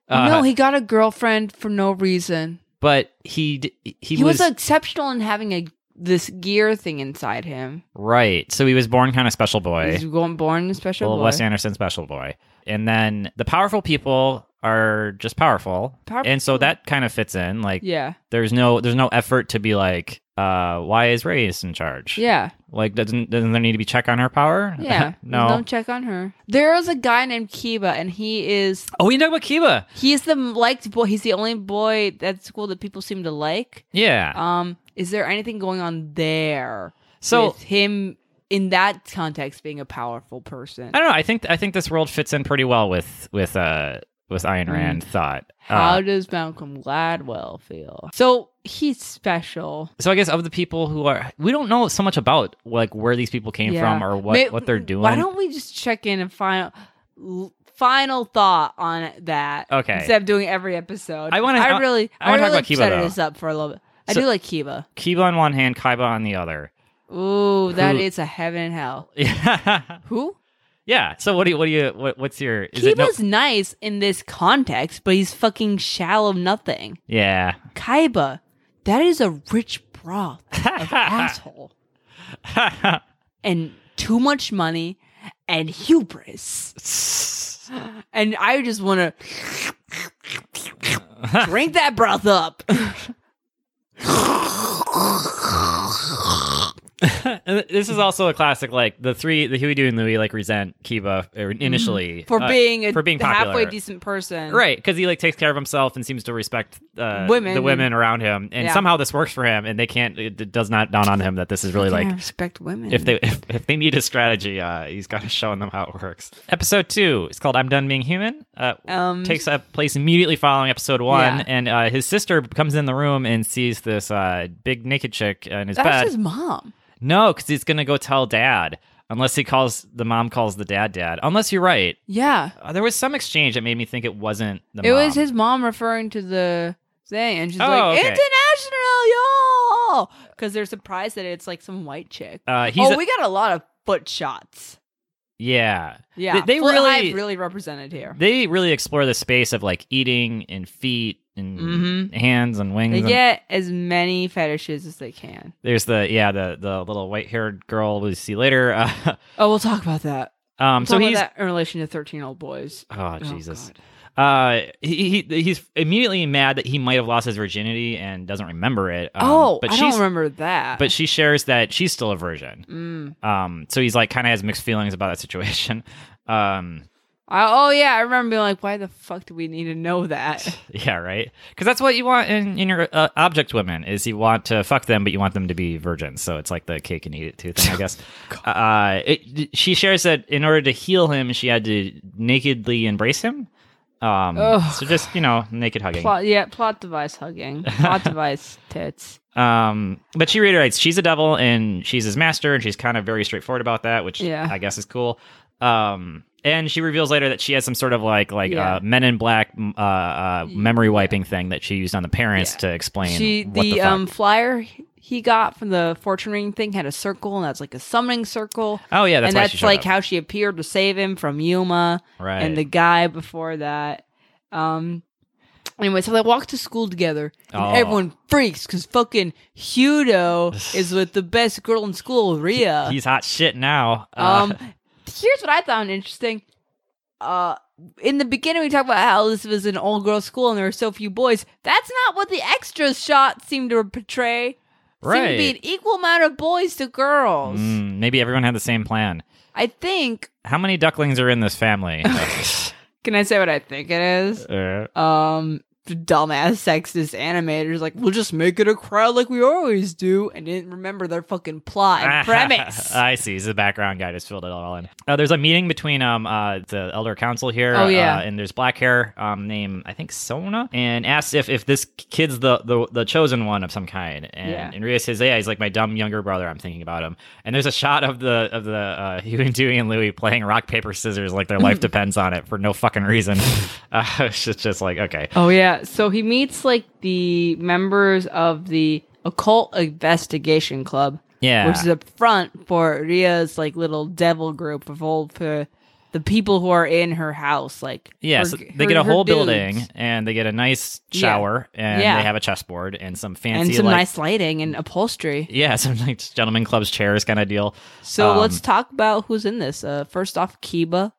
A: Oh,
B: Uh,
A: no, he got a girlfriend for no reason.
B: but he d- he,
A: He, was, exceptional in having a this gear thing inside him.
B: right. So he was born kind of special boy.
A: He's going born a special
B: Well,
A: boy.
B: Wes Anderson special boy. And then the powerful people are just powerful.
A: Powerful
B: and so
A: people.
B: that kind of fits in. Like
A: yeah,
B: there's no there's no effort to be like, uh, why is Reyes in charge?
A: yeah,
B: Like doesn't doesn't there need to be check on her power?
A: yeah.
B: no.
A: don't check on her. There is a guy named Kiba, and he is
B: oh, we talk about Kiba.
A: he's the liked boy. He's the only boy at school that people seem to like.
B: Yeah.
A: Um, is there anything going on there?
B: so
A: with him in that context being a powerful person.
B: I don't know. I think I think this world fits in pretty well with with uh with Ayn Rand thought.
A: Mm. How
B: Uh,
A: does Malcolm Gladwell feel? So he's special.
B: so I guess of the people who are, we don't know so much about like where these people came
A: Yeah.
B: from or what
A: May-
B: what they're doing.
A: Why don't we just check in and final l- final thought on that?
B: Okay.
A: Instead of doing every episode,
B: I wanna- I-
A: I really,
B: I
A: I,
B: wanna
A: really
B: talk about Kiba,
A: set
B: though.
A: this up for a little bit. I
B: So-
A: do like Kiba.
B: Kiba on one hand, Kaiba on the other.
A: Ooh, that
B: Who-
A: is a heaven and hell.
B: Yeah.
A: Who?
B: yeah. So what do you what do you what, what's your is it no-
A: Kiba's nice in this context, but he's fucking shallow nothing.
B: Yeah.
A: Kaiba, that is a rich broth of asshole and too much money and hubris. And I just want to drink that broth up.
B: this is also a classic like the three the Huey Dewey and Louie like resent Kiba er, initially
A: For
B: uh,
A: being a
B: for being
A: halfway
B: popular.
A: decent person.
B: Right, because he like takes care of himself and seems to respect uh,
A: Women.
B: the women around him, and
A: Yeah.
B: somehow this works for him, and they can't. It, it does not dawn on him that this is really
A: Really
B: like
A: respect women.
B: if they if, if they need a strategy, uh, he's got to show them how it works. Episode two is called "I'm Done Being Human." Uh,
A: Um,
B: takes up place immediately following episode one,
A: Yeah.
B: and uh, his sister comes in the room and sees this uh, big naked chick in his
A: That's
B: bed.
A: his mom.
B: No, because he's gonna go tell dad. Unless he calls the mom calls the dad dad. Unless you're right,
A: Yeah.
B: uh, there was some exchange that made me think it wasn't the
A: It was
B: mom.
A: his mom referring to the thing, and she's
B: Oh,
A: like,
B: okay.
A: "International, y'all," because they're surprised that it's like some white chick.
B: Uh, he's
A: oh,
B: a-
A: we got a lot of foot shots.
B: yeah.
A: Yeah,
B: They- they
A: Foot
B: really-
A: Hive really represented here.
B: They really explore the space of like eating and feet and
A: Mhm.
B: hands and wings.
A: They
B: and-
A: get as many fetishes as they can.
B: There's the yeah the the little white haired girl we see later. Uh,
A: Oh, we'll talk about that.
B: um, so
A: Talk about
B: he's
A: that in relation to thirteen old boys.
B: oh
A: Oh,
B: Jesus.
A: God.
B: Uh, he, he he's immediately mad that he might have lost his virginity and doesn't remember it. Um,
A: oh,
B: but
A: I
B: she's
A: don't remember that.
B: but she shares that she's still a virgin.
A: Mm.
B: Um, so he's like kind of has mixed feelings about that situation. Um,
A: I, oh yeah, I remember being like, "Why the fuck do we need to know that?"
B: yeah, right. Because that's what you want in in your uh, object women is you want to fuck them, but you want them to be virgins. So it's like the cake and eat it too thing, I guess. uh, it, she shares that in order to heal him, she had to nakedly embrace him. Um,
A: Ugh.
B: so just you know, naked hugging.
A: plot, yeah, plot device hugging, plot device tits.
B: Um, but she reiterates she's a devil and she's his master, and she's kind of very straightforward about that, which
A: Yeah.
B: I guess is cool. Um, and she reveals later that she has some sort of like like
A: Yeah.
B: uh, Men in Black m- uh, uh, memory wiping thing that she used on the parents to explain.
A: She
B: what the,
A: the,
B: fuck.
A: um flyer he- he got from the fortune ring thing had a circle, and that's like a summoning circle.
B: oh yeah, that's
A: and
B: why
A: that's
B: she showed
A: like
B: up.
A: how she appeared to save him from Yuma
B: right
A: and the guy before that. Um. Anyway, so they walk to school together, and
B: Oh.
A: everyone freaks because fucking Hudo is with the best girl in school, Rhea.
B: he's hot shit now. Uh,
A: Um, here's what I found interesting. Uh, in the beginning, we talked about how this was an all girls school and there were so few boys. That's not what the extras shot seemed to portray. Seemed to be an
B: right.
A: equal amount of boys to girls.
B: Mm, maybe everyone had the same plan.
A: I think.
B: How many ducklings are in this family?
A: Can I say what I think it is?
B: Uh,
A: Um, the dumbass sexist animators like we'll just make it a crowd like we always do, and didn't remember their fucking plot and premise.
B: I see. He's the background guy. Just filled it all in. Uh, there's a meeting between um uh the elder council here.
A: Oh, yeah.
B: Uh, and there's black hair um named I think Sona and asks if if this kid's the the, the chosen one of some kind. And
A: Yeah.
B: and Rhea says yeah he's like my dumb younger brother. I'm thinking about him. And there's a shot of the of the uh, Hugh and Dewey and Louie playing rock paper scissors like their life depends on it for no fucking reason. uh, it's just, just like okay.
A: Oh yeah, so he meets like the members of the occult investigation club,
B: Yeah.
A: which is a front for Ria's like little devil group of old for the people who are in her house. Like
B: Yeah,
A: her-
B: so they
A: her-
B: get a
A: her
B: whole
A: dudes.
B: building and they get a nice
A: Yeah.
B: shower and
A: Yeah.
B: they have a chessboard and some fancy
A: and some
B: like
A: nice lighting and upholstery.
B: yeah, some like gentleman clubs chairs kind of deal.
A: So
B: um,
A: let's talk about who's in this. Uh, first off, Kiba,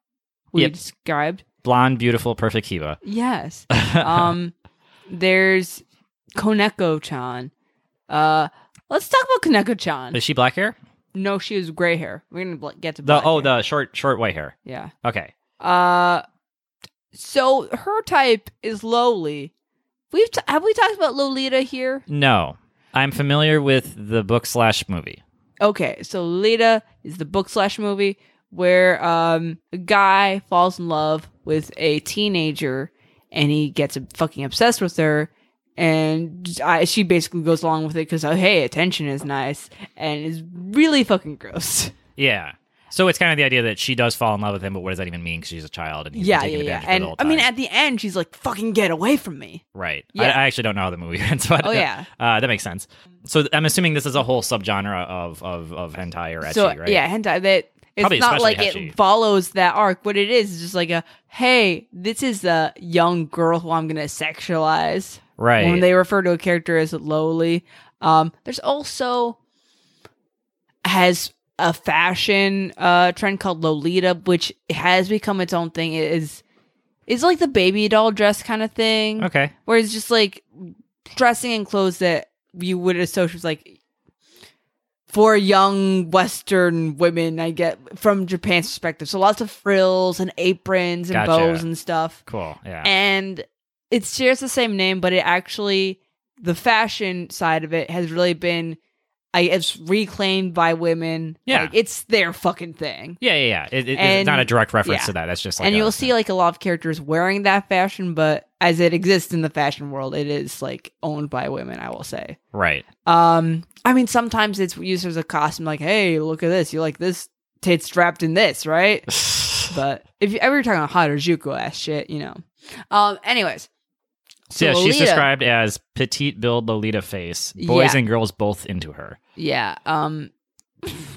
A: who
B: Yep.
A: you described.
B: Blonde, beautiful, perfect Kiva.
A: Yes. Um, there's Koneko-chan. Uh, let's talk about Koneko-chan.
B: Is she black hair?
A: No, she was gray hair. We're gonna bl- get to
B: The
A: black
B: oh,
A: hair.
B: the short, short white hair.
A: yeah.
B: Okay,
A: Uh, so her type is lowly. We've t- have we talked about Lolita here?
B: no, I'm familiar with the book slash movie.
A: Okay, so Lolita is the book slash movie where um a guy falls in love with a teenager and he gets fucking obsessed with her. And I, she basically goes along with it because, oh, hey, attention is nice and is really fucking gross.
B: Yeah, so it's kind of the idea that she does fall in love with him, but what does that even mean? Because she's a child and he's
A: yeah,
B: been
A: yeah,
B: taken
A: yeah.
B: advantage of her the
A: And
B: whole
A: I mean,
B: time.
A: at the end, she's like, fucking get away from me.
B: right? I,
A: yeah.
B: I actually don't know how the movie ends, but
A: Oh, yeah.
B: uh, that makes sense. So th- I'm assuming this is a whole subgenre of of of hentai or etchy,
A: so
B: right?
A: yeah, hentai that it's
B: Probably
A: not
B: especially
A: like
B: ecchi.
A: it follows that arc. What it is is just like a hey, this is a young girl who I'm gonna sexualize.
B: right.
A: When they refer to a character as lowly, um, there's also has a fashion uh trend called Lolita, which has become its own thing. It is it's like the baby doll dress kind of thing,
B: okay.
A: where it's just like dressing in clothes that you would associate with like for young Western women, I get from Japan's perspective. So lots of frills and aprons and
B: Gotcha.
A: bows and stuff.
B: Cool. Yeah.
A: And it shares the same name, but it actually the fashion side of it has really been I it's reclaimed by women.
B: Yeah.
A: Like, it's their fucking thing.
B: yeah, yeah, yeah. It, it- it's
A: And-
B: not a direct reference
A: yeah.
B: to that. That's just like
A: And
B: a-
A: you'll see like a lot of characters wearing that fashion, but as it exists in the fashion world, it is like owned by women, I will say.
B: right.
A: Um, I mean, sometimes it's used as a costume, like, hey, look at this. You like this tits wrapped in this, right? But if you ever talking about Harajuku ass shit, you know. Um, anyways,
B: So yeah, she's
A: Lolita.
B: described as petite build Lolita face. Boys
A: Yeah.
B: and girls both into her.
A: Yeah. Um,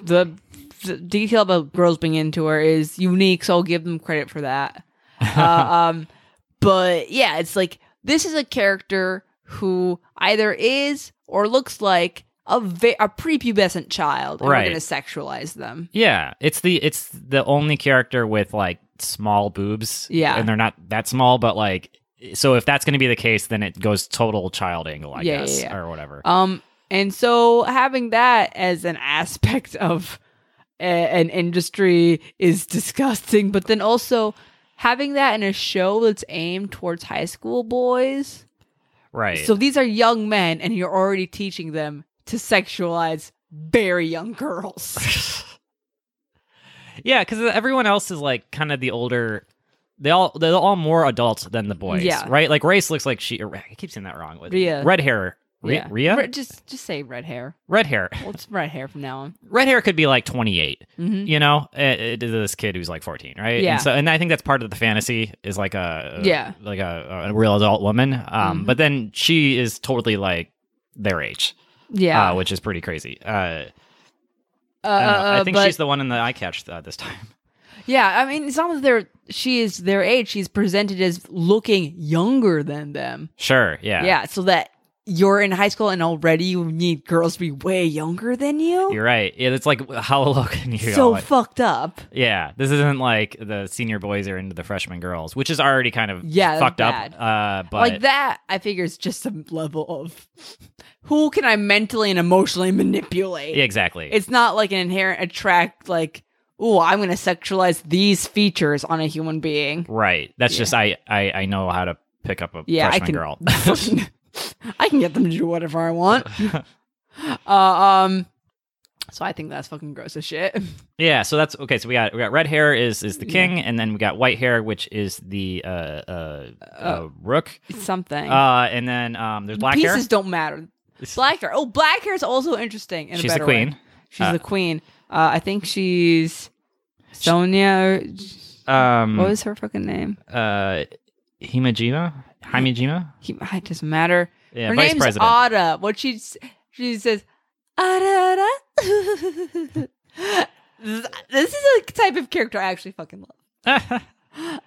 A: the, the detail about girls being into her is unique, so I'll give them credit for that. Uh, um, but yeah, it's like this is a character who either is or looks like a ve- a prepubescent child, and
B: Right.
A: we're going to sexualize them.
B: Yeah, it's the it's the only character with like small boobs.
A: Yeah.
B: and they're not that small, but like so if that's going to be the case, then it goes total child angle, I
A: Yeah,
B: guess,
A: yeah, yeah.
B: or whatever.
A: Um, and so having that as an aspect of a- an industry is disgusting, but then also having that in a show that's aimed towards high school boys.
B: right.
A: So these are young men, and you're already teaching them to sexualize very young girls.
B: yeah, because everyone else is like kind of the older. They all they're all more adults than the boys.
A: Yeah.
B: right. Like race looks like she. or- I keep saying that wrong. With
A: Rhea.
B: red hair. Rhea,
A: Yeah.
B: Rhea?
A: Re- just just say red hair.
B: red hair.
A: Well, it's red hair from now on.
B: Red hair could be like twenty eight.
A: hmm
B: you know, uh, uh, this kid who's like 14, right?
A: Yeah.
B: And so, and I think that's part of the fantasy is like a,
A: Yeah.
B: like a, a real adult woman. Um,
A: Mhm.
B: but then she is totally like their age,
A: Yeah,
B: uh, which is pretty crazy. Uh,
A: uh,
B: I, don't know. I
A: uh,
B: think
A: but-
B: she's the one in the eye catch uh, this time.
A: Yeah, I mean, it's not that they're she is their age. She's presented as looking younger than them.
B: Sure. Yeah.
A: Yeah, so that you're in high school and already you need girls to be way younger than you.
B: You're right. Yeah, it's like uh, how low can you?
A: so
B: like-
A: fucked up.
B: yeah, this isn't like the senior boys are into the freshman girls, which is already kind of
A: Yeah, that's
B: fucked
A: bad.
B: up. Uh, but
A: like that, I figure is just some level of who can I mentally and emotionally manipulate.
B: yeah, exactly.
A: It's not like an inherent attract. Like, oh, I'm going to sexualize these features on a human being.
B: right. That's
A: Yeah.
B: just I, I I know how to pick up a
A: Yeah, I
B: freshman
A: can.
B: girl.
A: I can get them to do whatever I want. uh, um, so I think that's fucking gross as shit.
B: Yeah, so that's okay. So we got we got red hair is is the
A: Yeah.
B: king, and then we got white hair, which is the uh uh, uh rook,
A: It's something.
B: uh, and then um there's black
A: Pieces
B: hair.
A: don't matter. Black hair. Oh, black hair is also interesting. In a
B: She's the
A: better way.
B: queen.
A: She's
B: Uh,
A: the queen. Uh, I think she's Sonia. Or,
B: Um,
A: what was her fucking name?
B: uh, Himajima, Himajima,
A: He, it doesn't matter.
B: yeah,
A: her
B: vice
A: name's
B: president.
A: Ada. What she s- she says, Ada. Ada." This- this is a type of character I actually fucking love.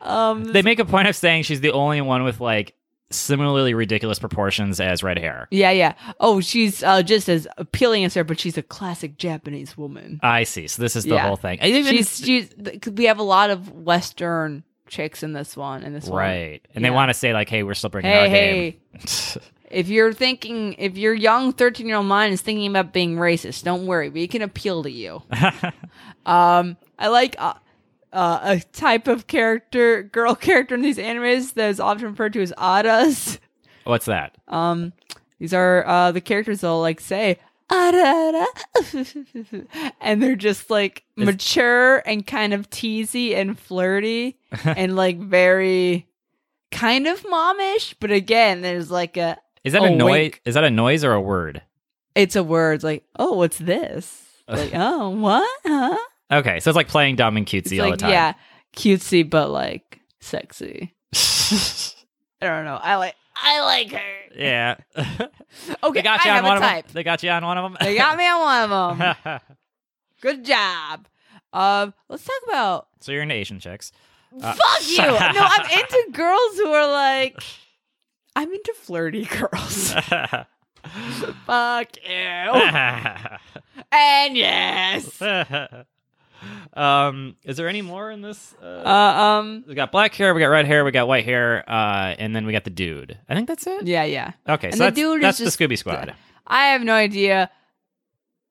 A: Um,
B: they make a point of saying she's the only one with like similarly ridiculous proportions as red hair.
A: yeah, yeah. Oh, she's uh, just as appealing as her, but she's a classic Japanese woman.
B: I see. So this is the
A: Yeah.
B: whole thing. I even-
A: she's she's. th- 'cause we have a lot of Western chicks in this one. In this one,
B: right, and
A: Yeah.
B: they want to say like, hey, we're still bringing
A: Hey,
B: our
A: hey.
B: game.
A: If you're thinking, if your young thirteen-year-old mind is thinking about being racist, don't worry. We can appeal to you. Um, I like uh, uh, a type of character, girl character in these animes that is often referred to as adas.
B: What's that?
A: Um, these are uh, the characters that'll like say "Ada," and they're just like
B: Is-
A: mature and kind of teasy and flirty and like very kind of momish. But again, there's like a
B: Is that
A: Oh,
B: a noise?
A: wink.
B: Is that a noise or a word?
A: it's a word it's like oh what's this like oh what huh?
B: Okay, so it's like playing dumb and
A: It's
B: cutesy all
A: like
B: the time.
A: yeah cutesy but like sexy. I don't know. I like I like her.
B: yeah.
A: Okay,
B: they got you
A: I have
B: on one
A: a
B: of them.
A: type. um,
B: They got you on one of them.
A: They got me on one of them. Good job. Um, let's talk about
B: so you're into Asian chicks. Uh,
A: fuck you. No, I'm into girls who are like, I'm into flirty girls. fuck you. Oh. And yes.
B: um, is there any more in this? Uh,
A: Uh, um.
B: we got black hair, we got red hair, we got white hair, uh, and then we got the dude. I think that's it.
A: Yeah, yeah.
B: Okay,
A: And
B: so
A: the
B: that's,
A: dude is
B: that's
A: just-
B: the Scooby Squad.
A: I have no idea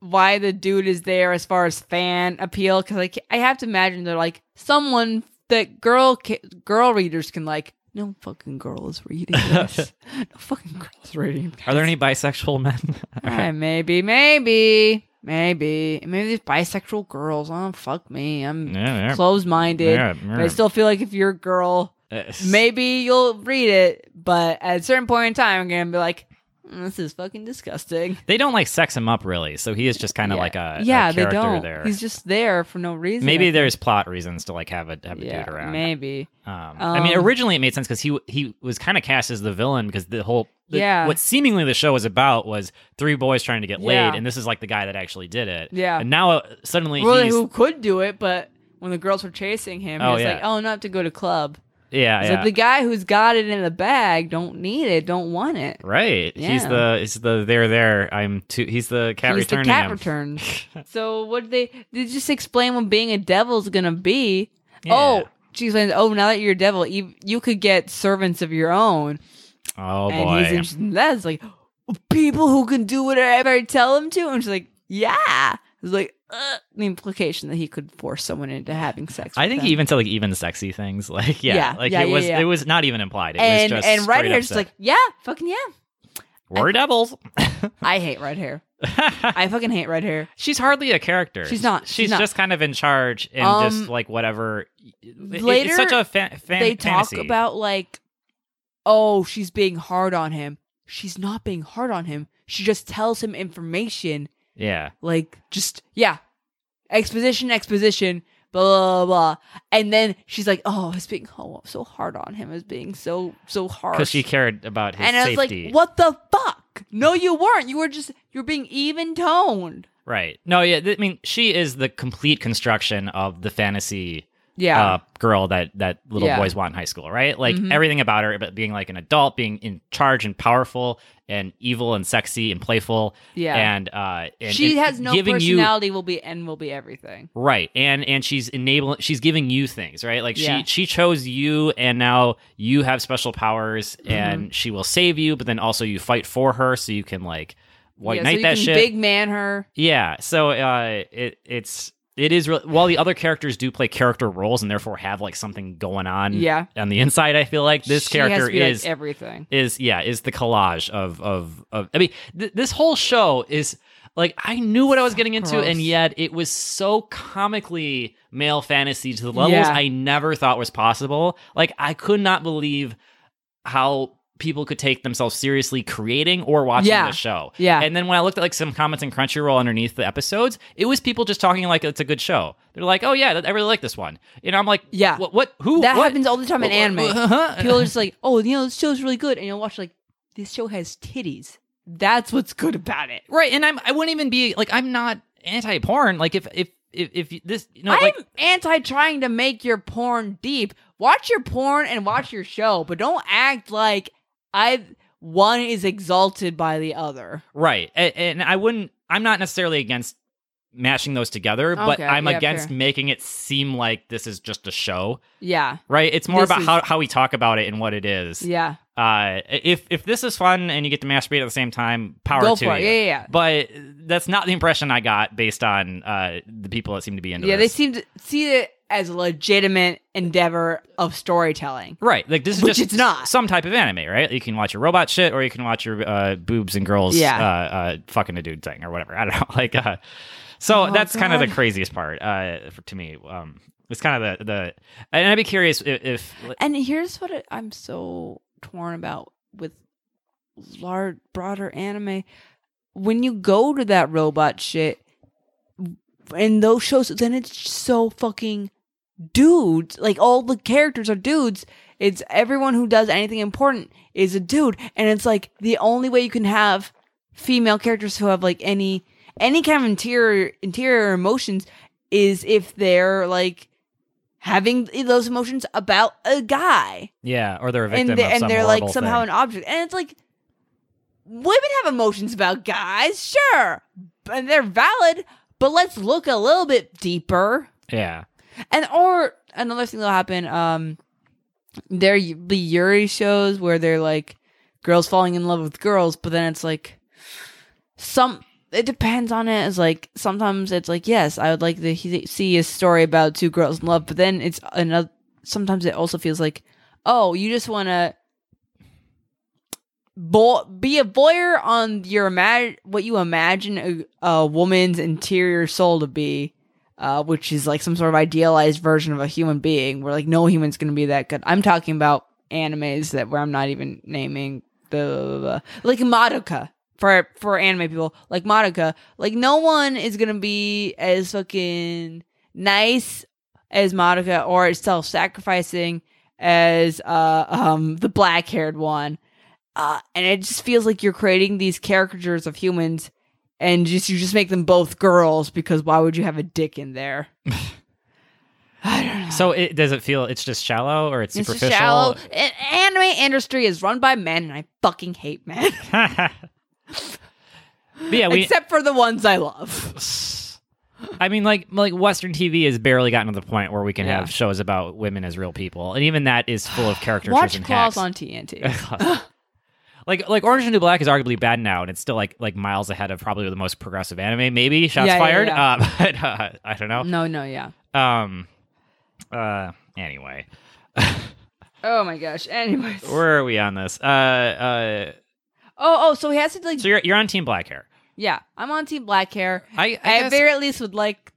A: why the dude is there as far as fan appeal because I, ca- I have to imagine they're like someone that girl ca- girl readers can like. No fucking girl is reading this. no fucking girl is reading. This.
B: Are there any bisexual men?
A: Eh, maybe, maybe, maybe, maybe these bisexual girls. Oh fuck me, I'm
B: yeah,
A: closed minded.
B: Yeah,
A: But I
B: yeah.
A: still feel like if you're a girl,
B: yeah.
A: maybe you'll read it. But at a certain point in time, I'm gonna be like, "Mm, This is fucking disgusting.
B: They don't like sex him up really, so he is just kind of
A: Yeah.
B: like a a
A: yeah, they
B: character
A: don't.
B: there.
A: He's just there for no reason.
B: maybe
A: I
B: there's plot reasons to like have a have a
A: think. yeah,
B: dude around.
A: maybe.
B: Um, I mean,
A: Um,
B: originally it made sense because he he was kind of cast as the villain because the whole the-
A: Yeah.
B: what seemingly the show was about was three boys trying to get
A: Yeah.
B: laid, and this is like the guy that actually did it.
A: Yeah.
B: and now uh, suddenly
A: Really,
B: he's
A: who could do it? But when the girls were chasing him,
B: Oh,
A: he was
B: yeah.
A: like, "Oh, not to go to club."
B: yeah
A: It's
B: yeah
A: like the guy who's got it in the bag don't need it, don't want it.
B: right. He's
A: Yeah.
B: the he's the there there. I'm too. He's the cat
A: He's the
B: returning
A: cat
B: him.
A: returns. so what did they they just explain what being a devil's gonna be?
B: Yeah.
A: Oh, she explains. Oh, now that you're a devil, you you could get servants of your own.
B: oh
A: and
B: boy.
A: he's interested in that. It's like people who can do whatever I tell them to. And she's like, yeah. It's like uh, the implication that he could force someone into having sex.
B: I
A: with
B: think
A: them.
B: he even said like even sexy things like yeah,
A: Yeah,
B: like
A: yeah,
B: it
A: yeah,
B: was
A: yeah.
B: it was not even implied it
A: and
B: was just
A: and red
B: right
A: hair just like yeah, fucking yeah.
B: we're devils
A: I hate red hair. I fucking hate red hair.
B: she's hardly a character
A: She's not,
B: she's,
A: she's not.
B: just kind of in charge and
A: Um,
B: just like whatever It-
A: later,
B: it's such a fa- fan-
A: they talk
B: fantasy.
A: about like, oh, she's being hard on him. She's not being hard on him. She just tells him information
B: yeah
A: like just yeah exposition exposition blah blah, blah. and then she's like oh it's being oh, so hard on him as being so so hard
B: because she cared about his
A: and i was
B: safety
A: like what the fuck no you weren't you were just you were being even toned
B: right no yeah th- I mean she is the complete construction of the fantasy
A: yeah
B: uh, girl that that little
A: Yeah.
B: boys want in high school, right? Like
A: Mhm.
B: everything about her, but being like an adult, being in charge and powerful and evil and sexy and playful,
A: Yeah.
B: and uh, and,
A: she
B: and
A: has no
B: giving you.
A: personality will be and will be everything
B: Right, and and she's enabling, she's giving you things, right? Like
A: Yeah.
B: she she chose you, and now you have special powers,
A: Mm-hmm.
B: and she will save you. But then also you fight for her, so you can like white
A: yeah,
B: knight
A: so you
B: that
A: can
B: shit.
A: big man her
B: Yeah, so uh, it it's it is real while the other characters do play character roles and therefore have like something going on
A: Yeah.
B: on the inside. I feel like this
A: She has
B: character
A: to be, like,
B: is
A: everything
B: is yeah is the collage of of of. I mean, th- this whole show is like I knew what I was getting into,
A: gross.
B: and yet it was so comically male fantasy to the levels
A: Yeah.
B: I never thought was possible. Like I could not believe how people could take themselves seriously creating or watching
A: Yeah.
B: the show.
A: Yeah.
B: And then when I looked at like some comments in Crunchyroll underneath the episodes, it was people just talking like it's a good show. They're like, "Oh yeah, I really like this one." And I'm like,
A: Yeah.
B: what, what who
A: that
B: what?
A: happens all the time in
B: Wha- wha-
A: anime
B: huh?
A: people are just like, oh, you know, this show's really good, and you'll watch like this show has titties. That's what's good about it.
B: Right, and I'm I wouldn't even be like I'm not anti porn. Like if if if, if you- this you know
A: I'm
B: like
A: anti trying to make your porn deep. Watch your porn and watch your show, but don't act like I one is exalted by the other.
B: right, and, and I wouldn't. I'm not necessarily against mashing those together, but
A: Okay,
B: I'm
A: yeah,
B: against
A: fair.
B: making it seem like this is just a show.
A: Yeah,
B: Right, it's more
A: This
B: about
A: is-
B: how, how we talk about it and what it is.
A: yeah.
B: Uh, if if this is fun and you get to masturbate at the same time, power
A: Go
B: to
A: for it.
B: you.
A: Yeah, yeah, yeah.
B: But that's not the impression I got based on uh, the people that seem to be into
A: yeah, they
B: this.
A: seem to see it as a legitimate endeavor of storytelling.
B: Right, like this is
A: Which
B: just
A: it's not.
B: some type of anime, right? You can watch your robot shit, or you can watch your uh, boobs and girls,
A: Yeah.
B: uh, uh, fucking a dude thing or whatever. I don't know, like, uh, so
A: Oh,
B: that's kind of the
A: God.
B: craziest part uh, for, to me. Um, it's kind of the the, and I'd be curious if, if
A: And here's what it, I'm so torn about with large, broader anime. When you go to that robot shit in those shows, then it's so fucking dudes. Like all the characters are dudes. It's everyone who does anything important is a dude, and it's like the only way you can have female characters who have like any any kind of interior interior emotions is if they're like having those emotions about a guy
B: yeah, or they're a victim
A: and, they,
B: of some
A: and they're like
B: horrible
A: somehow
B: thing.
A: an object and it's like women have emotions about guys sure and they're valid but let's look a little bit deeper
B: yeah,
A: and or another thing that'll happen um there y- be yuri shows where they're like girls falling in love with girls but then it's like some it depends on it it's like sometimes it's like yes i would like to he- see a story about two girls in love but then it's another sometimes it also feels like oh you just want to Bo- be a voyeur on your imag- what you imagine a, a woman's interior soul to be uh, which is like some sort of idealized version of a human being where like no human's gonna be that good. I'm talking about animes that where I'm not even naming blah, blah, blah, blah. like Madoka for for anime people, like Madoka, like no one is gonna be as fucking nice as Madoka or as self sacrificing as uh um the black haired one. Uh, and it just feels like you're creating these caricatures of humans and just you just make them both girls because why would you have a dick in there? I don't know.
B: So it, does it feel it's just shallow or it's
A: It's just
B: superficial?
A: shallow. An anime industry is run by men, and I fucking hate men,
B: but yeah, we.
A: except for the ones I love.
B: I mean, like like Western TV has barely gotten to the point where we can
A: Yeah.
B: have shows about women as real people, and even that is full of characters
A: Watch
B: and
A: Claws
B: hacks.
A: on TNT.
B: like like Orange is the New Black is arguably bad now, and it's still like like miles ahead of probably the most progressive anime. Maybe shots
A: Yeah, yeah,
B: fired,
A: yeah. Mm.
B: Uh, but uh, I don't know.
A: no, no, yeah.
B: Um. Uh. Anyway,
A: Oh my gosh. Anyways, oh,
B: where are we on this? Uh. Uh.
A: oh, so he has to like.
B: So you're you're on Team Black Hair.
A: Yeah, I'm on Team Black Hair.
B: I I,
A: I
B: guess-
A: at very least would like.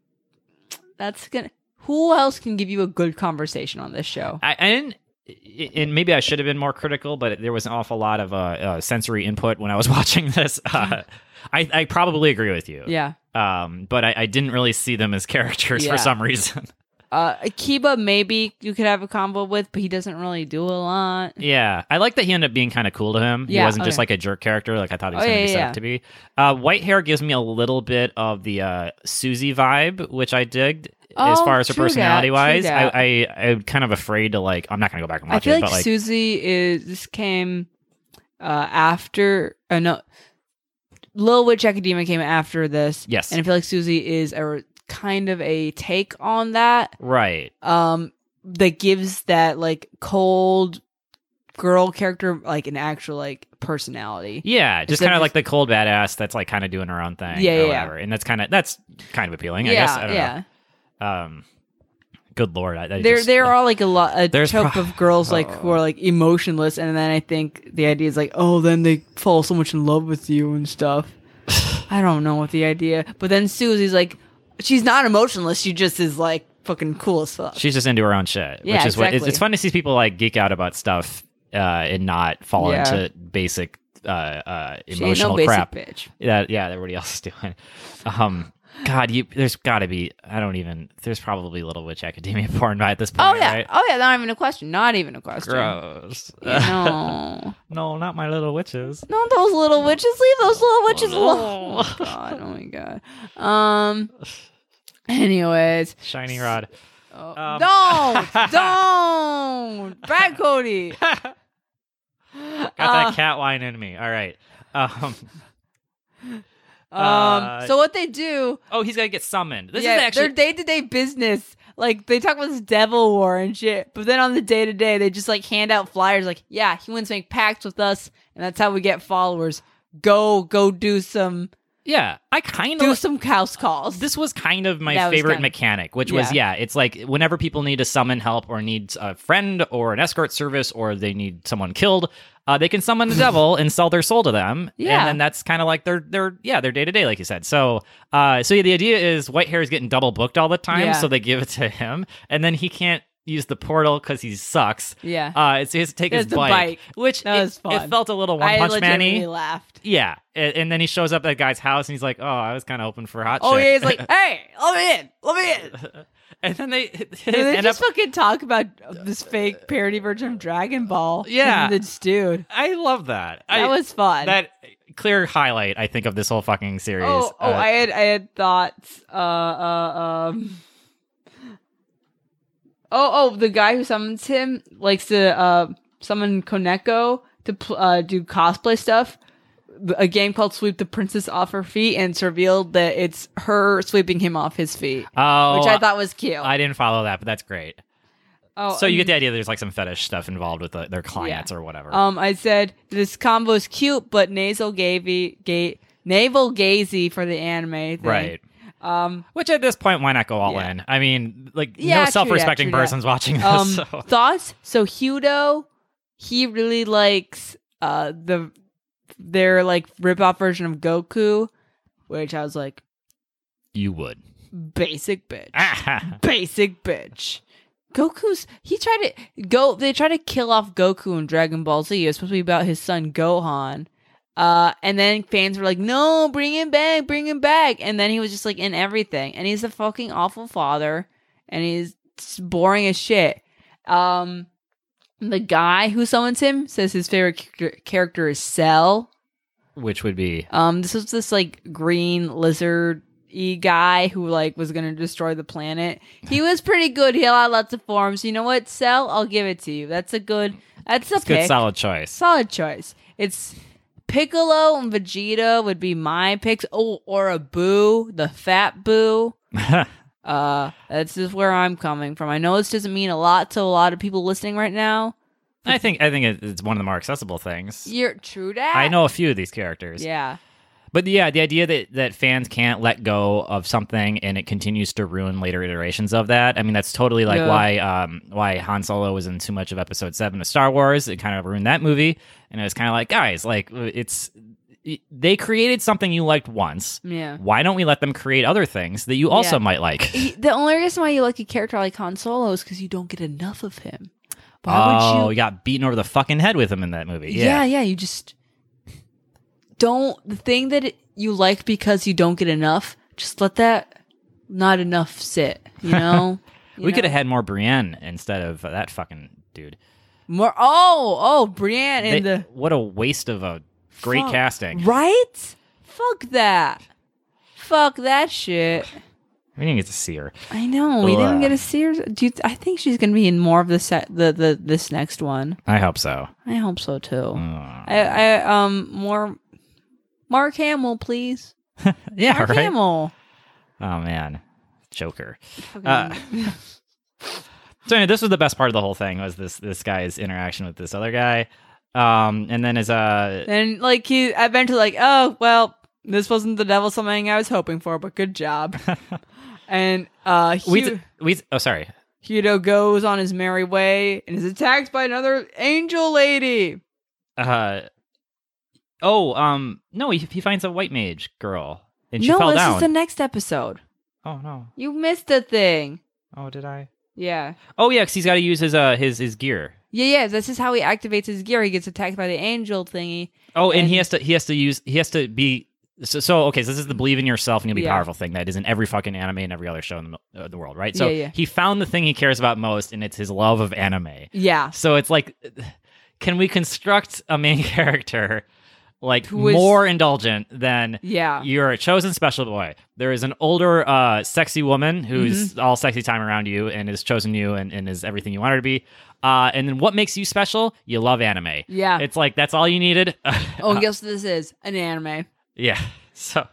A: That's gonna. Who else can give you a good conversation on this show?
B: I, I didn't. i- And maybe I should have been more critical, but there was an awful lot of uh, uh, sensory input when I was watching this. Uh, I, I probably agree with you.
A: Yeah.
B: Um, but I, I didn't really see them as characters
A: Yeah.
B: for some reason.
A: Uh, Akiba, maybe you could have a combo with, but he doesn't really do a lot.
B: Yeah, I like that he ended up being kind of cool to him.
A: Yeah,
B: he wasn't
A: oh,
B: just
A: yeah.
B: like a jerk character, like I thought he was
A: Oh,
B: going to
A: yeah,
B: be set
A: yeah.
B: up to be. Uh, white hair gives me a little bit of the uh, Susie vibe, which I digged as
A: Oh,
B: far as her
A: true that, true
B: personality wise.
A: that.
B: I, I I'm kind of afraid to like. I'm not going to go back and watch
A: I feel
B: it,
A: like,
B: but like
A: Susie is this came uh, after uh, no Lil Witch Academia came after this.
B: Yes.
A: and I feel like Susie is a re- kind of a take on that
B: right,
A: um that gives that like cold girl character like an actual like personality.
B: yeah, just
A: Instead of
B: kind of
A: just-
B: like the cold badass that's like kind of doing her own
A: Yeah,
B: thing,
A: yeah,
B: or
A: yeah.
B: whatever. And that's kind of that's kind of appealing, I
A: yeah,
B: guess. I don't
A: yeah.
B: know. Um, good lord, I, I
A: There,
B: just-
A: there are like a lot a
B: There's
A: trope
B: pro-
A: of girls like who are like emotionless, and then I think the idea is like, oh, then they fall so much in love with you and stuff. I don't know what the idea, but then Susie's like, she's not emotionless. She just is like fucking cool as fuck.
B: She's just into her own shit,
A: Yeah,
B: which is what it's,
A: exactly.
B: it's fun to see people like geek out about stuff uh, and not fall
A: Yeah.
B: into basic uh, uh,
A: She ain't no
B: emotional
A: basic
B: crap.
A: bitch.
B: Yeah, yeah, everybody else is doing. Um, God, you there's got to be. I don't even. There's probably Little Witch Academia porn by at this point.
A: Oh yeah,
B: right?
A: oh yeah. Not even a question. Not even a question.
B: gross.
A: No,
B: no, not my little witches.
A: not those little witches. Leave those little witches
B: Oh, no.
A: alone. Oh, God, oh my god. Um. Anyways,
B: Shiny rod.
A: Oh,
B: Um,
A: don't, don't, Brad Cody. Um,
B: Got
A: Uh,
B: that cat wine in me. All right. Um,
A: Um,
B: Uh,
A: so what they do?
B: oh, he's gonna get summoned. This
A: yeah,
B: is actually
A: their day to day business. Like they talk about this devil war and shit, but then on the day to day, they just like hand out flyers. Like, yeah, humans make pacts with us, and that's how we get followers. Go, go, do some,
B: yeah. I kind
A: do
B: of
A: some house calls.
B: This was kind of my
A: That was
B: favorite
A: kinda-
B: mechanic, which was yeah, it's like whenever people need to summon help or need a friend or an escort service or they need someone killed, uh, they can summon the devil and sell their soul to them.
A: Yeah.
B: and then that's kind of like their their yeah their day to day, like you said. So uh, so yeah, the idea is white hair is getting double booked all the time,
A: Yeah.
B: so they give it to him, and then he can't use the portal because he sucks.
A: yeah,
B: Uh, so he has to take
A: There's
B: his
A: the
B: bike,
A: bike.
B: which
A: That
B: it,
A: was fun.
B: it felt a little one
A: I
B: punch
A: legitimately
B: man
A: laughed.
B: Yeah, and and then he shows up at that guy's house and he's like, "Oh, I was kind of hoping for hot
A: Oh
B: shit."
A: yeah, he's like, hey, let me in, let me in.
B: and then they,
A: And they
B: end
A: just
B: up.
A: fucking talk about this fake parody version of Dragon Ball.
B: Yeah.
A: and this dude.
B: I love that.
A: That
B: I,
A: was fun.
B: that clear highlight. I think of this whole fucking series.
A: oh, oh,
B: Uh,
A: I had I had thoughts. Uh, uh, um. Oh, oh, the guy who summons him likes to uh summon Koneko to pl- uh do cosplay stuff. A game called Sweep the Princess Off Her Feet, and it's revealed that it's her sweeping him off his feet,
B: oh,
A: which I thought was cute.
B: I didn't follow that, but that's great.
A: oh,
B: so you
A: and-
B: get the idea. There's like some fetish stuff involved with the, their clients or whatever.
A: Um, I said this combo is cute, but nasal gavy gate navel gazy for the anime, thing.
B: right.
A: Um,
B: Which at this point, why not go all
A: Yeah.
B: in? I mean, like
A: Yeah, true
B: no
A: that,
B: self-respecting
A: true that.
B: person's watching this.
A: um,
B: so.
A: thoughts. So Hudo, he really likes uh the their like rip-off version of Goku, which I was like
B: You would.
A: basic bitch,
B: Ah,
A: basic bitch. Goku's he tried to go they tried to kill off Goku in Dragon Ball Z. It was supposed to be about his son Gohan. Uh, and then fans were like, "No, bring him back, bring him back." And then he was just like in everything, and he's a fucking awful father, and he's s- boring as shit. Um, the guy who summons him says his favorite character- character is Cell.
B: Which would be
A: Um, this was this like green lizard y guy who like was gonna destroy the planet. He was pretty good. He had lots of forms. You know what, Cell? I'll give it to you. That's a good. That's a
B: it's a good
A: pick.
B: solid choice.
A: Solid choice. It's Piccolo and Vegeta would be my picks. Oh, or a Boo, the fat Boo. Uh, that's just where I'm coming from. I know this doesn't mean a lot to a lot of people listening right now.
B: I think I think it- it's one of the more accessible things.
A: You're true that.
B: I know a few of these characters.
A: Yeah.
B: But yeah, the idea that, that fans can't let go of something and it continues to ruin later iterations of that. I mean, that's totally like
A: Yeah.
B: why um, why Han Solo was in too much of Episode Seven of Star Wars. It kind of ruined that movie, and it was kind of like, guys, like uh, it's they created something you liked once.
A: Yeah.
B: Why don't we let them create other things that you also
A: Yeah.
B: might like?
A: He- the only reason why you like a character like Han Solo is because you don't get enough of him. Why
B: oh,
A: would you?
B: got beaten over the fucking head with him in that movie.
A: Yeah. yeah, You just don't. The thing that it, you like because you don't get enough, just let that not enough sit. You know. You
B: we
A: know?
B: could have had more Brienne instead of uh, that fucking dude.
A: more. Oh, oh, Brienne and
B: They-
A: the
B: what a waste of a great
A: Fuck.
B: casting.
A: right. Fuck that. Fuck that shit.
B: We didn't get to see her.
A: I know we didn't
B: Ugh.
A: get to see her. Do you, I think she's gonna be in more of the set? The the this next one.
B: I hope so.
A: I hope so too.
B: Mm.
A: I, I um more Mark Hamill, please.
B: yeah,
A: Mark
B: right.
A: Hamill.
B: Oh man, Joker.
A: Fucking-
B: Uh, So anyway, this was the best part of the whole thing was this this guy's interaction with this other guy, um, and then as a
A: and like he eventually like, oh well, this wasn't the devil something I was hoping for, but good job. and uh
B: we
A: Hu-
B: we oh sorry
A: Hudo goes on his merry way and is attacked by another angel lady.
B: uh oh um no he he finds a white mage girl and she
A: no,
B: fell
A: this
B: down.
A: is the next episode.
B: oh no.
A: You missed a thing.
B: Oh, did I?
A: Yeah.
B: Oh yeah, because he's got to use his uh his his gear.
A: Yeah, yeah. This is how he activates his gear. He gets attacked by the angel thingy.
B: Oh, and,
A: And-
B: he has to he has to use he has to be so, so okay. So this is the believe in yourself and you'll be
A: Yeah.
B: powerful thing that is in every fucking anime and every other show in the, uh, the world, right? So
A: Yeah, yeah.
B: he found the thing he cares about most, and it's his love of anime.
A: Yeah.
B: So it's like, can we construct a main character like
A: Who is-
B: more indulgent than?
A: Yeah.
B: You're a chosen special boy. There is an older, uh, sexy woman who's
A: Mm-hmm.
B: all sexy time around you and has chosen you and, and is everything you want her to be. Uh, and then what makes you special? You love anime.
A: Yeah.
B: It's like that's all you needed.
A: oh,
B: uh,
A: and guess what this is? An anime.
B: yeah. So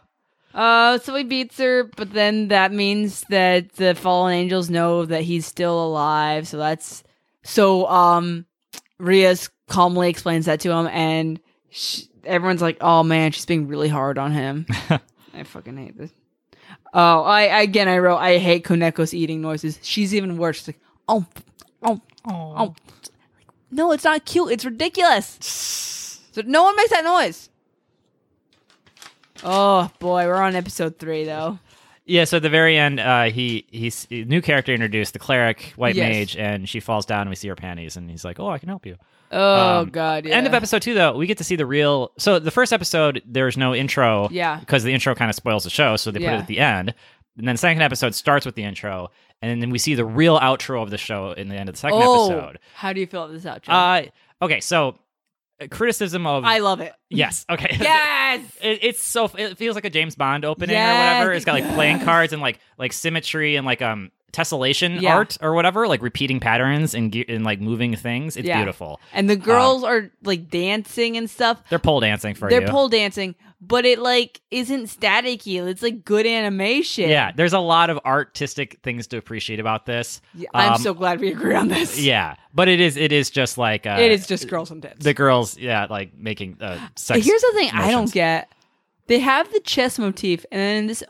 A: Uh, so he beats her, but then that means that the fallen angels know that he's still alive. So that's so. Um, Rias calmly explains that to him, and sh everyone's like, "Oh man, she's being really hard on him." I fucking hate this. Oh, I again, I wrote, "I hate Koneko's eating noises." She's even worse. It's like, oh, oh, oh. No, it's not cute. It's ridiculous. So no one makes that noise. Oh boy, we're on episode three though.
B: yeah. So at the very end, uh, he he's new character introduced the cleric, white
A: Yes.
B: mage, and she falls down. and We see her panties, and he's like, "Oh, I can help you."
A: Oh
B: Um,
A: god, yeah.
B: End of episode two, though, we get to see the real. So the first episode, there's no intro,
A: Yeah.
B: because the intro kind of spoils the show, so they put
A: Yeah.
B: it at the end. And then second episode starts with the intro, and then we see the real outro of the show in the end of the second
A: oh,
B: episode.
A: How do you feel about this outro?
B: Uh, okay, so uh, criticism of
A: I love it.
B: yes, okay,
A: Yes.
B: It, it's so it feels like a James Bond opening
A: Yes.
B: or whatever. It's got like playing
A: Yes.
B: cards and like like symmetry and like um tessellation
A: Yeah.
B: art or whatever, like repeating patterns and ge- and like moving things. It's
A: Yeah.
B: beautiful.
A: and the girls are like dancing and stuff.
B: They're pole dancing for
A: They're
B: you.
A: pole dancing, but it like isn't staticky. It's like good animation.
B: Yeah, there's a lot of artistic things to appreciate about this.
A: Yeah, I'm
B: Um,
A: so glad we agree on this.
B: Yeah, but it is it is just like uh,
A: It is just girls and tits.
B: the girls, yeah, like making uh, sex.
A: Here's the thing I don't
B: motions.
A: get. They have the chess motif, and then in this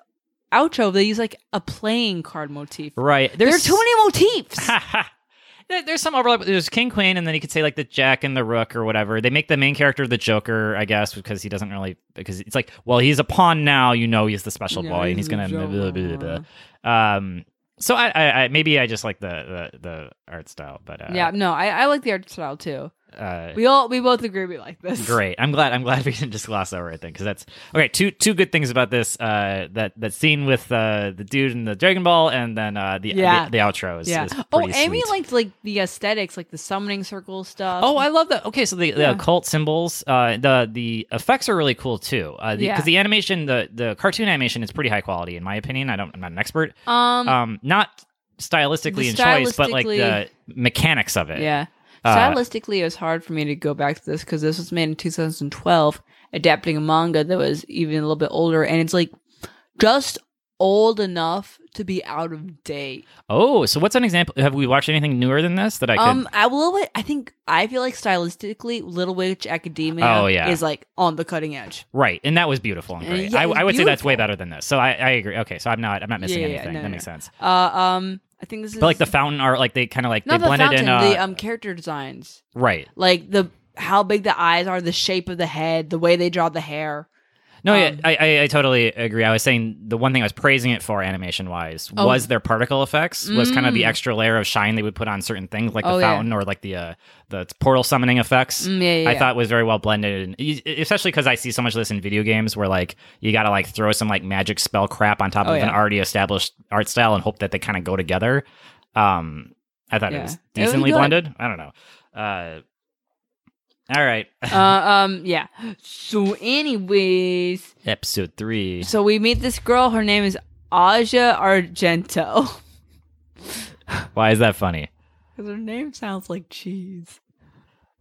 A: outro, they use like a playing card motif.
B: Right,
A: There are too many motifs.
B: There- There's some overlap. There's king queen, and then you could say like the jack and the rook or whatever. They make the main character the joker, I guess, because he doesn't really because it's like, well, he's a pawn now. You know, he's the special
A: Yeah,
B: boy, and
A: he's
B: he's
A: a
B: gonna.
A: joker.
B: Um, So I, I, I maybe I just like the the, the art style, but uh,
A: yeah, no, I, I like the art style too.
B: uh,
A: We all we both agree we like this.
B: Great. I'm glad. I'm glad we didn't just gloss over it then, because that's okay. Two two good things about this. Uh, that that scene with uh, the dude and the Dragon Ball, and then uh, the,
A: Yeah.
B: the the outro is,
A: Yeah.
B: is
A: oh,
B: pretty
A: Amy
B: sweet.
A: liked like the aesthetics, like the summoning circle stuff.
B: Oh, I love that. Okay, so the, the
A: Yeah.
B: occult symbols, uh, the the effects are really cool too. Uh, because
A: Yeah.
B: the animation, the the cartoon animation is pretty high quality in my opinion. I don't. I'm not an expert.
A: um,
B: Um, not stylistically
A: The
B: in choice, but like the
A: stylistically-
B: mechanics of it.
A: yeah.
B: uh,
A: Stylistically, it was hard for me to go back to this because this was made in 2012, adapting a manga that was even a little bit older, and it's like just old enough to be out of date.
B: Oh, so what's an example? Have we watched anything newer than this that I could?
A: Um, I will. I think I feel like stylistically, Little Witch Academia
B: Oh, yeah.
A: is like on the cutting edge.
B: Right, and that was beautiful and
A: Uh,
B: great.
A: yeah,
B: I,
A: it was
B: I would say that's way
A: beautiful.
B: better than this. So I, I agree. Okay, so I'm not I'm not missing
A: Yeah, yeah,
B: anything.
A: no,
B: that
A: no,
B: makes sense.
A: Uh, um, I think this is
B: But like the fountain art, like they kind of like
A: not
B: they
A: the
B: blended
A: fountain,
B: in. Uh,
A: the um character designs,
B: right.
A: like the how big the eyes are, the shape of the head, the way they draw the hair.
B: No, yeah,
A: um,
B: I, I I totally agree. I was saying the one thing I was praising it for animation wise
A: Oh.
B: was their particle effects. Was kind of the
A: Mm.
B: extra layer of shine they would put on certain things like
A: Oh,
B: the
A: yeah.
B: fountain or like the uh, the portal summoning effects.
A: Mm, yeah, yeah,
B: I
A: yeah.
B: thought was very well blended, and e- especially because I see so much of this in video games where like you gotta like throw some like magic spell crap on top
A: Oh,
B: of an
A: yeah.
B: already established art style and hope that they kind of go together. Um, I thought it
A: Yeah.
B: was
A: It was
B: decently
A: good.
B: blended. I don't know. Uh, all right,
A: uh, um, yeah. So, anyways,
B: episode three.
A: so we meet this girl. Her name is Aja Argento.
B: Why is that funny?
A: Because her name sounds like cheese.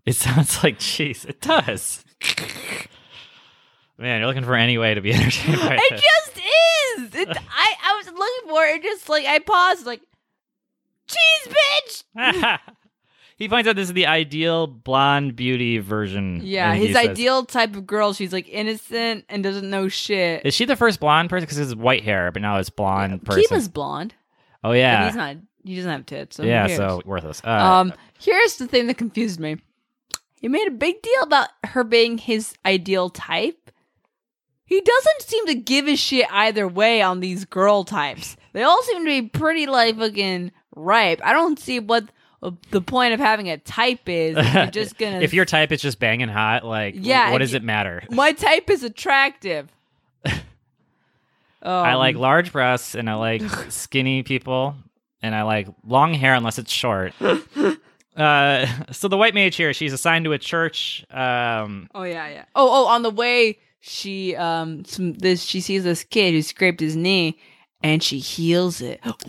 B: It sounds like cheese. It does. Man, you're looking for any way to be entertained by
A: It
B: this.
A: just is. It, I I was looking for it. Just like I paused, like cheese,
B: Mm,
A: bitch.
B: he finds out this is the ideal blonde beauty version.
A: Yeah,
B: and he
A: his
B: says-
A: ideal type of girl. She's like innocent and doesn't know shit.
B: Is she the first blonde person? Because it's white hair, but now it's blonde person.
A: Kima's blonde.
B: oh
A: Yeah, he's
B: yeah,
A: not. He doesn't have tits. So who
B: yeah.
A: cares?
B: So worthless. Uh,
A: um, here's the thing that confused me. He made a big deal about her being his ideal type. He doesn't seem to give a shit either way on these girl types. They all seem to be pretty like fucking ripe. I don't see what the point of having a type is. If Oh, you're just gonna.
B: if your type is just banging hot, like
A: Yeah,
B: what
A: if
B: does
A: you-
B: it matter?
A: my type is attractive.
B: I
A: Um,
B: like large breasts and I like skinny people and I like long hair unless it's short. uh, so the white mage here, she's assigned to a church. Um,
A: Oh yeah, yeah. Oh, oh, on the way she um some this she sees this kid who scraped his knee and she heals it. What?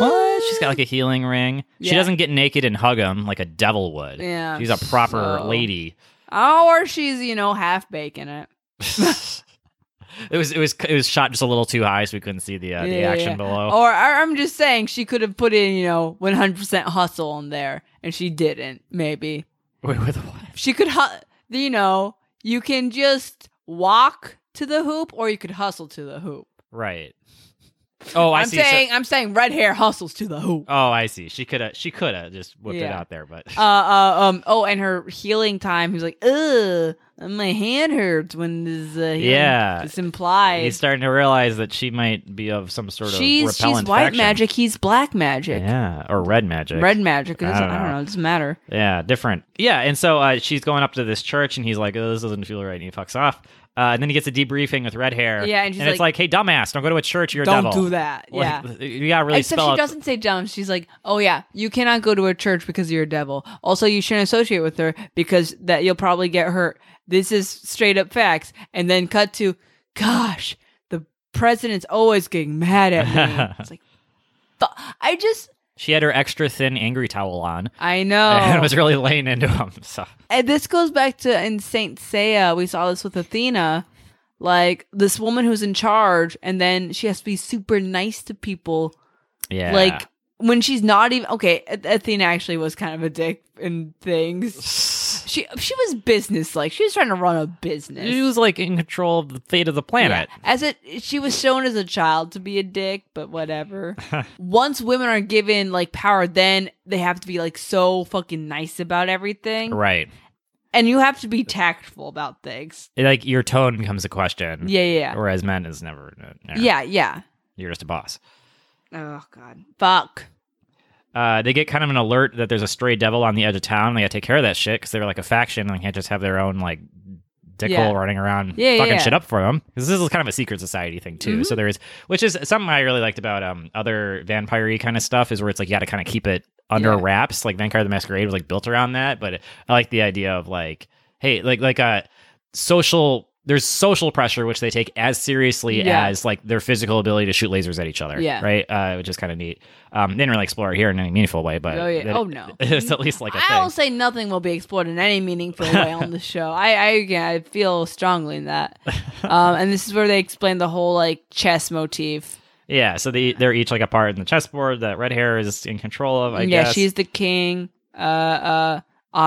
B: what? She's got like a healing ring. She
A: Yeah.
B: doesn't get naked and hug him like a devil would.
A: Yeah,
B: She's a proper
A: so-
B: lady.
A: Oh, or she's, you know, half baking it.
B: it was it was it was shot just a little too high, so we couldn't see the uh, the
A: Yeah,
B: action
A: yeah. Oh.
B: below.
A: Or I- I'm just saying she could have put in, you know, 100% hustle on there and she didn't, maybe.
B: Wait, with what?
A: She could, hu- you know, you can just walk to the hoop or you could hustle to the hoop.
B: Right. Oh, I
A: am
B: see. So-
A: saying, I'm saying red hair hustles to the hoop.
B: oh, I see. She could have she could have just whipped it
A: Yeah.
B: out there, but
A: uh, uh, um, oh, and her healing time. He's like, ugh, my hand hurts when this. Uh, healing-
B: Yeah.
A: it's implied.
B: He's starting to realize that she might be of some sort of
A: she's she's
B: repellent
A: white
B: faction.
A: magic. He's black magic.
B: yeah, or red magic,
A: Red magic. It
B: I
A: doesn't-
B: don't
A: I don't
B: know.
A: know. It doesn't matter.
B: yeah, different, yeah. And so uh, she's going up to this church, and he's like, "Oh, this doesn't feel right," and he fucks off. Uh, and then he gets a debriefing with red hair,
A: Yeah, and she's
B: it's like, "Hey, dumbass, don't go to a church. You're a
A: Don't
B: devil.
A: do that. yeah.
B: Like, you gotta really
A: Except
B: spell
A: she
B: out-
A: doesn't say dumb. She's like, "Oh yeah, you cannot go to a church because you're a devil. Also, you shouldn't associate with her because that you'll probably get hurt." This is straight up facts. And then cut to, "Gosh, the president's always getting mad at me." it's like, fu- I just,
B: She had her extra thin angry towel on
A: I know.
B: and was really laying into him. So
A: And this goes back to in Saint Seiya, we saw this with Athena. Like this woman who's in charge, and then she has to be super nice to people.
B: yeah,
A: Like when she's not even okay, A- Athena actually was kind of a dick in things. She she was business like. She was trying to run a business.
B: she was like in control of the fate of the
A: Yeah.
B: planet.
A: As it she was shown as a child to be a dick, but whatever. Once women are given like power, then they have to be like so fucking nice about everything.
B: Right,
A: And you have to be tactful about things.
B: like your tone becomes a question.
A: Yeah, yeah.
B: Whereas men is never.
A: Yeah, yeah.
B: You're just a boss.
A: Oh god. Fuck.
B: Uh, they get kind of an alert that there's a stray devil on the edge of town. They got to take care of that shit because they're like a faction and they can't just have their own like dickle
A: Yeah.
B: running around
A: Yeah, yeah,
B: fucking
A: yeah. Mm-hmm.
B: shit up for them. 'Cause this is kind of a secret society thing too. So there is, which is something I really liked about um other vampire kind of stuff is where it's like you got to kind of keep it under
A: Yeah.
B: wraps. Like Vampire the Masquerade was like built around that, but I like the idea of like hey like like uh social. There's social pressure which they take as seriously
A: Yeah.
B: as like their physical ability to shoot lasers at each other.
A: Yeah.
B: Right. Uh, which is kind of neat. Um, they didn't really explore it here in any meaningful way, but
A: oh yeah.
B: that-
A: oh no.
B: it's at least like a
A: I will
B: thing.
A: say nothing will be explored in any meaningful way on the show. I I again I feel strongly in that. Um, and this is where they explain the whole like chess motif.
B: Yeah, so they they're each like a part in the chessboard that red hair is in control of. I
A: yeah,
B: guess
A: she's the king. Uh, uh,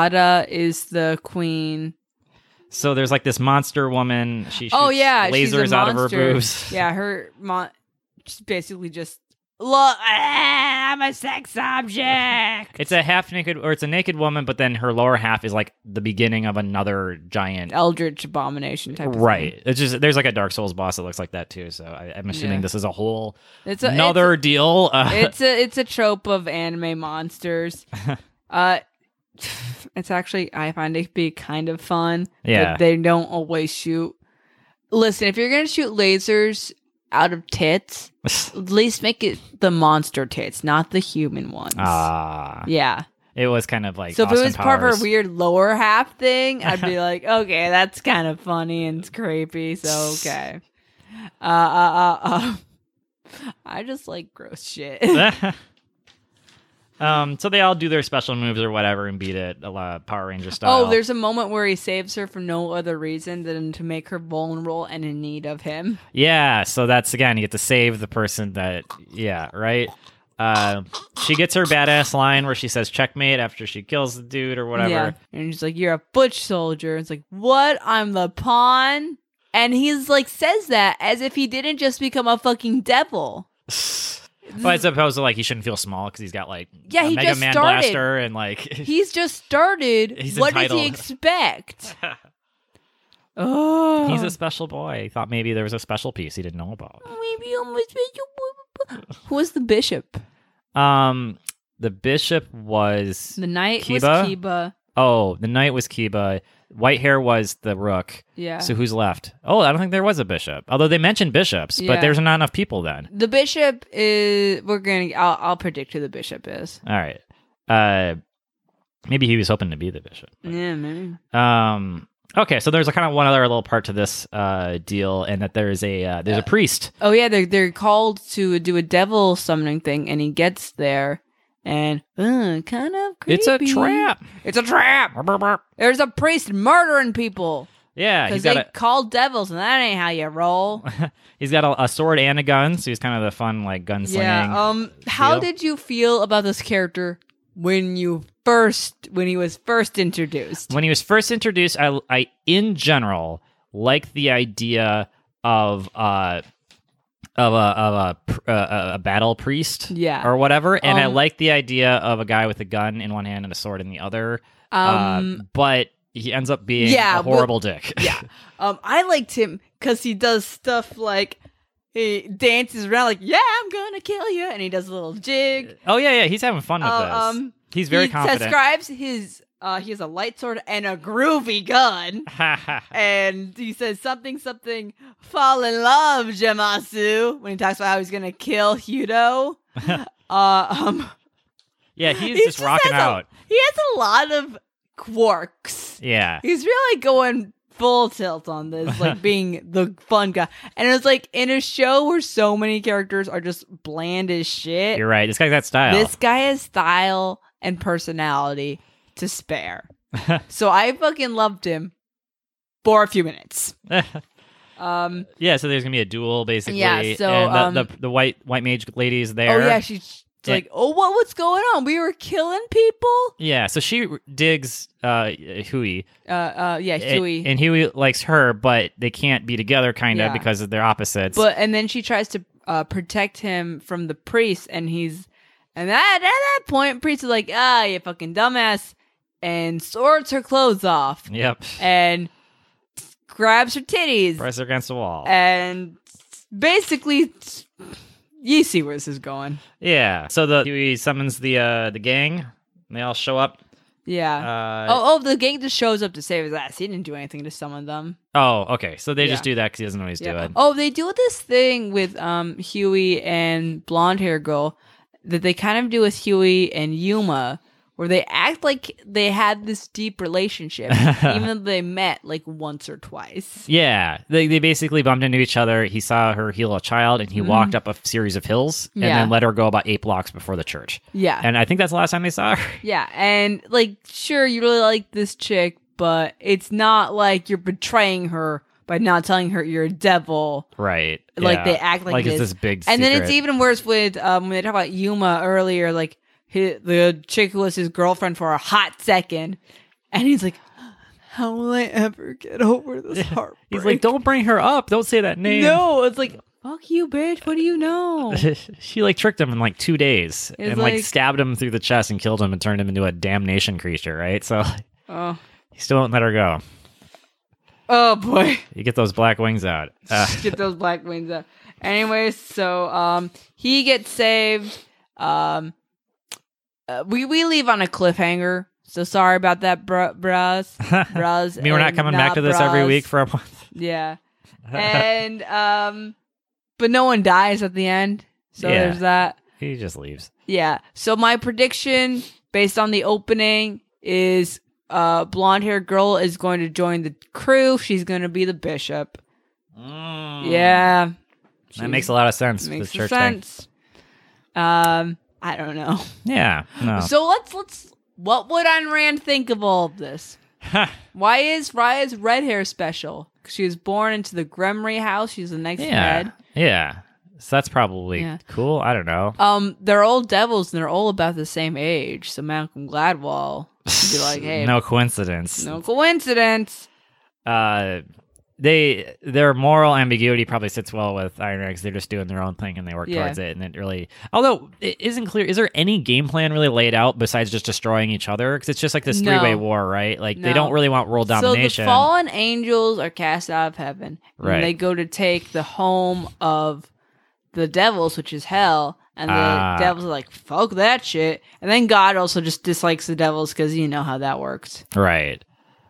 A: Ada is the queen.
B: so. There's like this monster woman. She shoots
A: oh yeah,
B: lasers
A: she's a
B: out of her
A: monster.
B: boobs.
A: Yeah, her mon. She's basically just look. ah, I'm a sex object.
B: It's a half naked, or it's a naked woman, but then her lower half is like the beginning of another giant.
A: Eldritch abomination type. Of thing.
B: Right. It's just there's like a Dark Souls boss that looks like that too. So I, I'm assuming
A: Yeah.
B: this is a whole
A: It's a, another.
B: another deal. Uh,
A: it's a it's a trope of anime monsters. uh it's actually I find it to be kind of fun.
B: Yeah.
A: But they don't always shoot. Listen, if you're gonna shoot lasers out of tits, at least make it the monster tits, not the human ones.
B: ah,
A: yeah.
B: it was kind of like
A: So if
B: Austin
A: it was part of
B: Powers.
A: her weird lower half thing, I'd be like, okay, that's kind of funny and it's creepy. So okay. Uh, uh, uh, uh. I just like gross shit.
B: um, so they all do their special moves or whatever and beat it, a lot of Power Ranger style.
A: Oh, there's a moment where he saves her for no other reason than to make her vulnerable and in need of him.
B: yeah. So that's again, you get to save the person that, yeah, right. Uh, she gets her badass line where she says "checkmate" after she kills the dude or whatever.
A: Yeah. And she's like, You're a butch soldier. It's like, What? I'm the pawn? And he's like, says that as if he didn't just become a fucking devil.
B: But as opposed to like he shouldn't feel small because he's got like
A: Yeah,
B: a
A: he
B: Mega
A: just
B: Man
A: started.
B: blaster and like
A: He's just started.
B: He's
A: what did he
B: entitled.
A: expect? oh.
B: he's a special boy. He thought maybe there was a special piece he didn't know about.
A: Maybe I'm a- Who was the bishop?
B: Um, the bishop was
A: The knight was
B: Kiba?
A: Kiba.
B: oh the knight was Kiba. White hair was the rook.
A: Yeah.
B: So who's left? Oh, I don't think there was a bishop. Although they mentioned bishops,
A: Yeah.
B: but there's not enough people then.
A: the bishop is. We're gonna. I'll, I'll predict who the bishop is.
B: All right. Uh maybe he was hoping to be the bishop.
A: Yeah, man.
B: Um okay, so there's a kind of one other little part to this uh deal and that there is a uh, there's a priest.
A: Oh yeah, they're they're called to do a devil summoning thing, and he gets there, and uh, kind of creepy.
B: It's a trap.
A: It's a trap.
B: Burp, burp, burp.
A: There's a priest murdering people
B: Yeah,
A: because
B: he's
A: they
B: got a
A: call devils, and that ain't how you roll.
B: he's got a, a sword and a gun, so he's kind of the fun like gunslinging.
A: yeah. Um. How
B: deal.
A: did you feel about this character when you first when he was first introduced?
B: when he was first introduced, I, I in general like the idea of uh of a of a pr- uh, a, a battle priest,
A: Yeah.
B: or whatever, and I
A: Um,
B: like the idea of a guy with a gun in one hand and a sword in the other.
A: Um,
B: uh, but he ends up being
A: Yeah,
B: a
A: well-
B: horrible dick.
A: Yeah. Um, I liked him because he does stuff like he dances around like, yeah, I'm gonna kill you, and he does a little jig.
B: oh yeah, yeah, he's having fun with
A: Uh,
B: this.
A: um,
B: he's very
A: he
B: confident.
A: describes his uh, he has a light sword and a groovy gun, and he says something something. Fall in love, Jamasu, when he talks about how he's gonna kill Hudo. uh, um,
B: yeah, he's
A: he
B: just, rocking
A: has a-
B: out.
A: he has a lot of quirks.
B: yeah,
A: He's really going full tilt on this, like being the fun guy. And it's like in a show where so many characters are just bland as shit.
B: you're right. This guy's got style.
A: This guy has style and personality to spare. so I fucking loved him for a few minutes. Um
B: yeah, so there's gonna be a duel basically.
A: Yeah, so,
B: and the,
A: um,
B: the the white white mage lady is there.
A: oh yeah, she's
B: Yeah.
A: like, "Oh, what what's going on? We were killing people?"
B: Yeah, so she r- digs uh Hui.
A: Uh uh yeah,
B: A-
A: Huey.
B: And Huey likes her, but they can't be together kind of
A: Yeah.
B: because they're opposites.
A: But and then she tries to uh, protect him from the priest, and he's and that at that point, priest is like, "Ah, you fucking dumbass," and swords her clothes off
B: yep.
A: and grabs her titties
B: Press her against the wall.
A: and basically you see where this is going.
B: Yeah. So the Huey summons the uh, the gang. And they all show up.
A: Yeah.
B: Uh,
A: oh, oh, the gang just shows up to save his ass. He didn't do anything to summon them.
B: oh. okay. So they just
A: Yeah.
B: do that because he doesn't know what he's doing.
A: Oh, they do this thing with um Huey and blonde hair girl that they kind of do with Huey and Yuma, where they act like they had this deep relationship, even though they met like once or twice.
B: Yeah, they, they basically bumped into each other. He saw her heal a child, and he walked up a series of hills and
A: Mm-hmm. Yeah.
B: then let her go about eight blocks before the church.
A: Yeah.
B: And I think that's the last time they saw her.
A: yeah. And like, sure, you really like this chick, but it's not like you're betraying her by not telling her you're a devil.
B: Right.
A: Like,
B: yeah.
A: they act like
B: it's
A: it is.
B: this big.
A: And then it's
B: secret.
A: even worse with um, when they talk about Yuma earlier, like hi the chick who was his girlfriend for a hot second, and he's like, "How will I ever get over this heartbreak?"
B: He's like, don't bring her up. Don't say that name.
A: "No," it's like, "Fuck you, bitch! What do you know?"
B: she like tricked him in like two days
A: It's
B: and like,
A: like-
B: stabbed him through the chest and killed him and turned him into a damnation creature. Right. So
A: oh,
B: he still won't let her go.
A: oh boy,
B: You get those black wings out. Uh,
A: get those black wings up. Anyways, so um, he gets saved. Um, uh, we we leave on a cliffhanger. So sorry about that, br- bros. Bros.
B: I mean, we're not
A: and
B: coming back to this every
A: bros.
B: week for a month.
A: Yeah. And um but no one dies at the end. So
B: Yeah.
A: there's that.
B: he just leaves.
A: Yeah. So my prediction based on the opening is uh blonde haired girl is going to join the crew. She's gonna be the bishop. Mm. Yeah.
B: Hmm. Mm. That makes a lot of sense.
A: makes
B: the church thing.
A: sense. Um I don't know.
B: Yeah. No.
A: So let's let's what would Ayn Rand think of all of this? Why is Raya's red hair special? 'Cause She was born into the Gremry house. She's the next
B: yeah.
A: head.
B: Yeah. So that's probably
A: Yeah.
B: cool. I don't know.
A: Um, they're all devils and they're all about the same age. So Malcolm Gladwell would be like, "Hey, no,
B: no coincidence.
A: coincidence."
B: Uh, they their moral ambiguity probably sits well with Iron Man 'cause They're just doing their own thing and they work
A: Yeah.
B: towards it. And it really, although it isn't clear, is there any game plan really laid out besides just destroying each other? Because it's just like this
A: No.
B: three way war, right? Like they
A: No.
B: don't really want world
A: So the
B: domination.
A: fallen angels are cast out of heaven,
B: Right.
A: and they go to take the home of the devils, which is hell. And the
B: Ah.
A: devils are like, "Fuck that shit." And then God also just dislikes the devils because you know how that works.
B: right.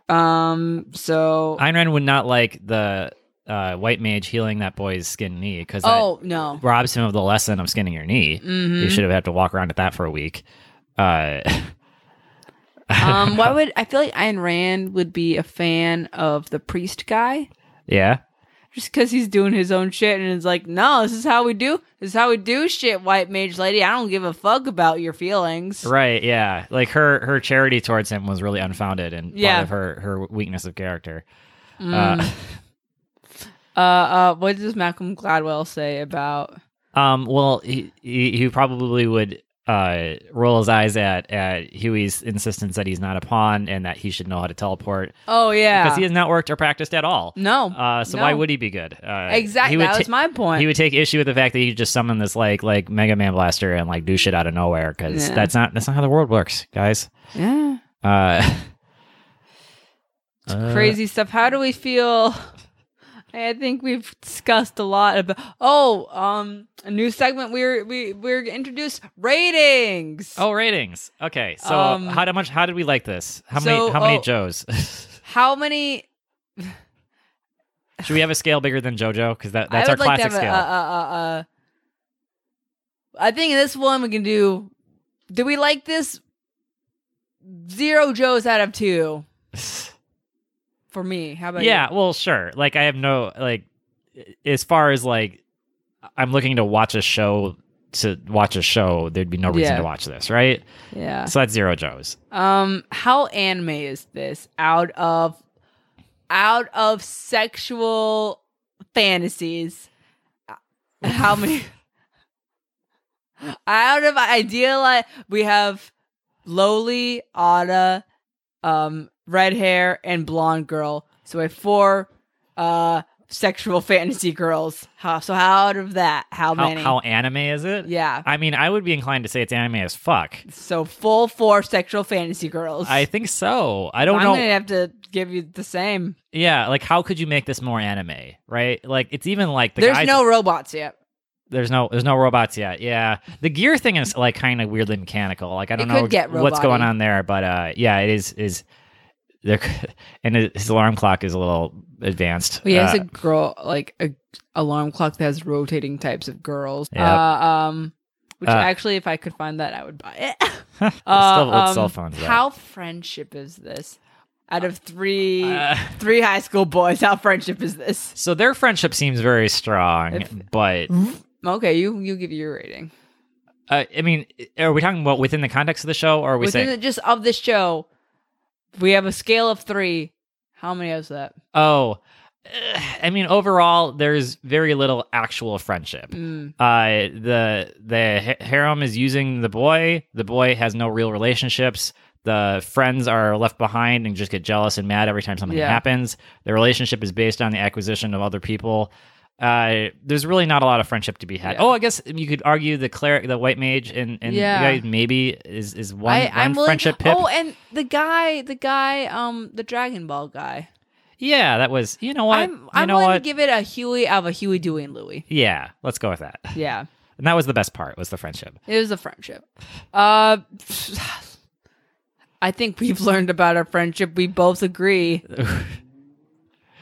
A: Um, so
B: Ayn Rand would not like the uh, white mage healing that boy's skin knee because
A: oh Mm-hmm. no,
B: that robs him of the lesson of skinning your knee. You should have had to walk around with that for a week. Uh,
A: um, why would I feel like Ayn Rand would be a fan of the priest guy?
B: yeah.
A: just because he's doing his own shit and it's like, no, this is how we do. This is how we do shit, white mage lady. I don't give a fuck about your feelings.
B: Right, yeah. Like her her charity towards him was really unfounded and
A: Yeah. Mm.
B: part of her her weakness of character.
A: Uh, uh, what does Malcolm Gladwell say about?
B: Uh, um well he, he he probably would uh roll his eyes at at Huey's insistence that he's not a pawn and that he should know how to teleport
A: Oh yeah,
B: because he has not worked or practiced at all.
A: no,
B: Uh so
A: no.
B: why would he be good? Uh,
A: exactly?
B: He would
A: That
B: ta-
A: was my point.
B: he would take issue with the fact that he just summoned this like like Mega Man blaster and like do shit out of nowhere because
A: Yeah.
B: that's not that's not how the world works, guys.
A: yeah,
B: Uh,
A: crazy stuff. How do we feel? I think we've discussed a lot about. Oh, um, a new segment. We're we we're introduced ratings.
B: Oh, ratings. Okay, so
A: Um,
B: how did much? How did we like this? How
A: so,
B: many? How many
A: oh-
B: Joes?
A: how many?
B: Should we have a scale bigger than JoJo? Because that, that's
A: I
B: our
A: would like
B: classic
A: to have
B: scale.
A: A, a, a, a, I think in this one we can do. Do we like this? Zero Joes out of two for me. How about
B: yeah. Well, sure. Like I have no like, as far as like, I'm looking to watch a show to watch a show. There'd be no reason
A: Yeah.
B: to watch this, right?
A: you? Yeah.
B: So that's zero Joes.
A: Um, how anime is this out of out of sexual fantasies? How many? out of ideal, we have lowly Ada, um, red hair and blonde girl. So we have four uh sexual fantasy girls. How so? How out of that? How,
B: How,
A: many?
B: how anime is it?
A: yeah.
B: I mean, I would be inclined to say it's anime as fuck.
A: So full four sexual fantasy girls.
B: I think so. I don't
A: I'm
B: know.
A: gonna have to give you the same.
B: Yeah, like how could you make this more anime, right? Like it's even like the
A: There's
B: guys
A: no robots yet.
B: There's no there's no robots yet. Yeah, the gear thing is like kind of weirdly mechanical. Like I don't
A: It
B: know
A: could get
B: what's going
A: robotic.
B: on there, but uh, yeah, it is is there. could- And his alarm clock is a little advanced.
A: Well, he has
B: Uh,
A: a girl like a alarm clock that has rotating types of girls.
B: Yep.
A: Uh, um, which
B: Uh,
A: actually, if I could find that, I would buy it.
B: It's
A: Uh,
B: still with
A: um,
B: cell phones. though.
A: How friendship is this? Out of three,
B: Uh,
A: three high school boys, how friendship is this?
B: so their friendship seems very strong,
A: If-
B: but
A: Okay, you you give your rating.
B: uh, I mean, are we talking about within the context of the show, or are we
A: Within the,
B: saying?
A: just of the show, we have a scale of three. How many is that?
B: oh, eh, I mean, overall, there's very little actual friendship.
A: Mm,
B: uh the the ha- harem is using the boy the boy has no real relationships the friends are left behind and just get jealous and mad every time something
A: Yeah.
B: happens the relationship is based on the acquisition of other people uh there's really not a lot of friendship to be had
A: Yeah.
B: oh i guess you could argue the cleric the white mage and and
A: Yeah.
B: the guy maybe is is one,
A: I,
B: one
A: I'm willing-
B: friendship pip
A: Oh, and the guy, the guy, um, the Dragon Ball guy.
B: yeah that was you know what
A: I'm
B: you
A: I'm
B: know
A: willing
B: what
A: to give it a Huey out of a Huey, Dewey, and Louie.
B: yeah let's go with that
A: Yeah,
B: and that was the best part was the friendship
A: it was a friendship. Uh, I think we've learned about our friendship. We both agree.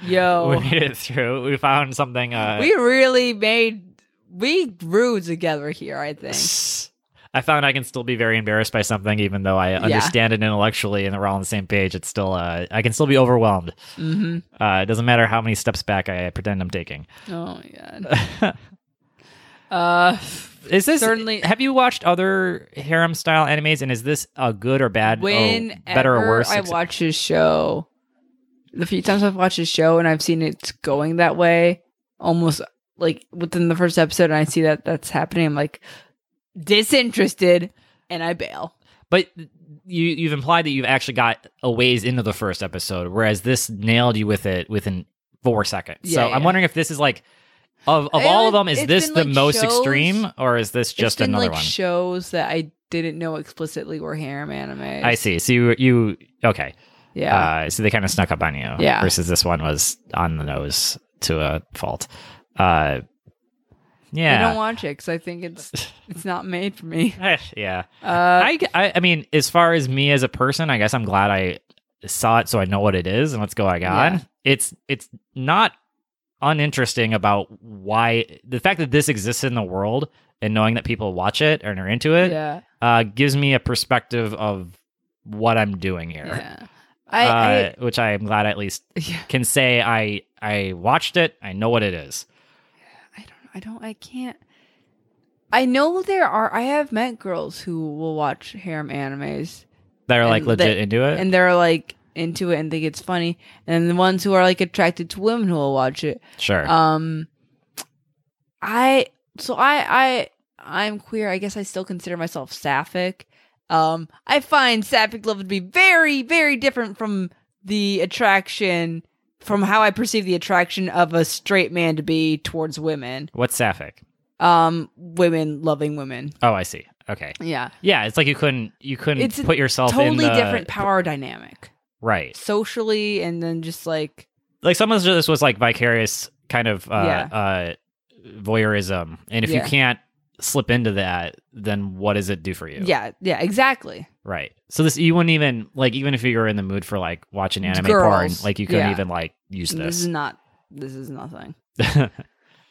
B: we
A: Yo,
B: made it through we found something uh
A: we really made we grew together here. I think.
B: I found I can still be very embarrassed by something, even though I understand it intellectually and we're all on the same page. It's still, uh, I can still be overwhelmed.
A: Mm-hmm.
B: Uh, it doesn't matter how many steps back I pretend I'm taking.
A: Oh my god. uh,
B: Is this
A: Certainly-
B: Have you watched other harem style animes, and is this a good or bad,
A: when
B: oh, better or worse?
A: I
B: ex-
A: watch his show, the few times I've watched his show and I've seen it's going that way, almost like within the first episode, and I see that that's happening, I'm like disinterested, and I bail.
B: but you you've implied that you've actually got a ways into the first episode, whereas this nailed you with it within four seconds. so
A: Yeah, yeah.
B: I'm wondering if this is like. Of, of
A: I
B: all of
A: only-
B: them, is
A: it's
B: this
A: been,
B: the
A: like,
B: most
A: shows-
B: extreme, or is this just
A: it's been
B: another
A: like
B: one?
A: shows that I didn't know explicitly were harem anime.
B: I see. So you you okay?
A: yeah.
B: Uh, so they kind of snuck up on you.
A: Yeah.
B: Versus this one was on the nose to a fault. Uh,
A: I don't
B: yeah.
A: watch it because I think it's it's not made for me.
B: Eh, yeah.
A: Uh,
B: I, I I mean, as far as me as a person, I guess I'm glad I saw it, so I know what it is and what's going on.
A: Yeah.
B: It's it's not uninteresting about why the fact that this exists in the world and knowing that people watch it and are into it
A: yeah,
B: uh, gives me a perspective of what I'm doing here.
A: yeah. I,
B: uh,
A: I
B: which I am glad at least
A: yeah.
B: can say I I watched it. I know what it is.
A: I don't I don't I can't I know there are I have met girls who will watch harem animes
B: They're like
A: And
B: legit
A: they-
B: into it.
A: and they're like into it and think it's funny and the ones who are like attracted to women who will watch it.
B: sure.
A: Um I so I I I'm queer. I guess I still consider myself sapphic. Um I find sapphic love to be very very different from the attraction from how I perceive the attraction of a straight man to be towards women
B: What's sapphic?
A: um women loving women
B: Oh, I see. Okay.
A: yeah
B: Yeah, it's like you couldn't you couldn't
A: It's
B: put yourself in
A: totally
B: the-
A: different power dynamic
B: Right.
A: socially and then just like
B: Like some of this was like vicarious kind of uh,
A: Yeah.
B: uh, voyeurism, and if you
A: Yeah.
B: can't slip into that, then what does it do for you?
A: yeah yeah exactly
B: Right. So this you wouldn't even like even if you were in the mood for like watching anime porn,
A: Girls.
B: like you couldn't
A: Yeah.
B: even like use
A: this
B: this.
A: is not this is nothing Mm-hmm.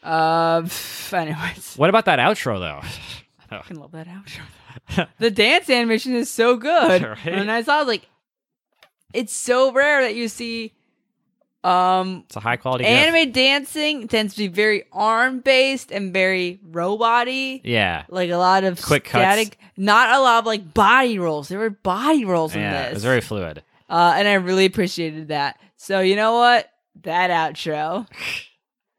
A: uh pff, anyways
B: what about that outro though?
A: I fucking love that outro the dance animation is so good
B: Right?
A: and i saw like it's so rare that you see um
B: It's a high quality gif.
A: anime dancing tends to be very arm based and very robot-y
B: Yeah.
A: like a lot of
B: Quick cuts.
A: static, not a lot of like body rolls. There were body rolls
B: Yeah,
A: in this,
B: it was very fluid.
A: uh, and I really appreciated that. So you know what? That outro,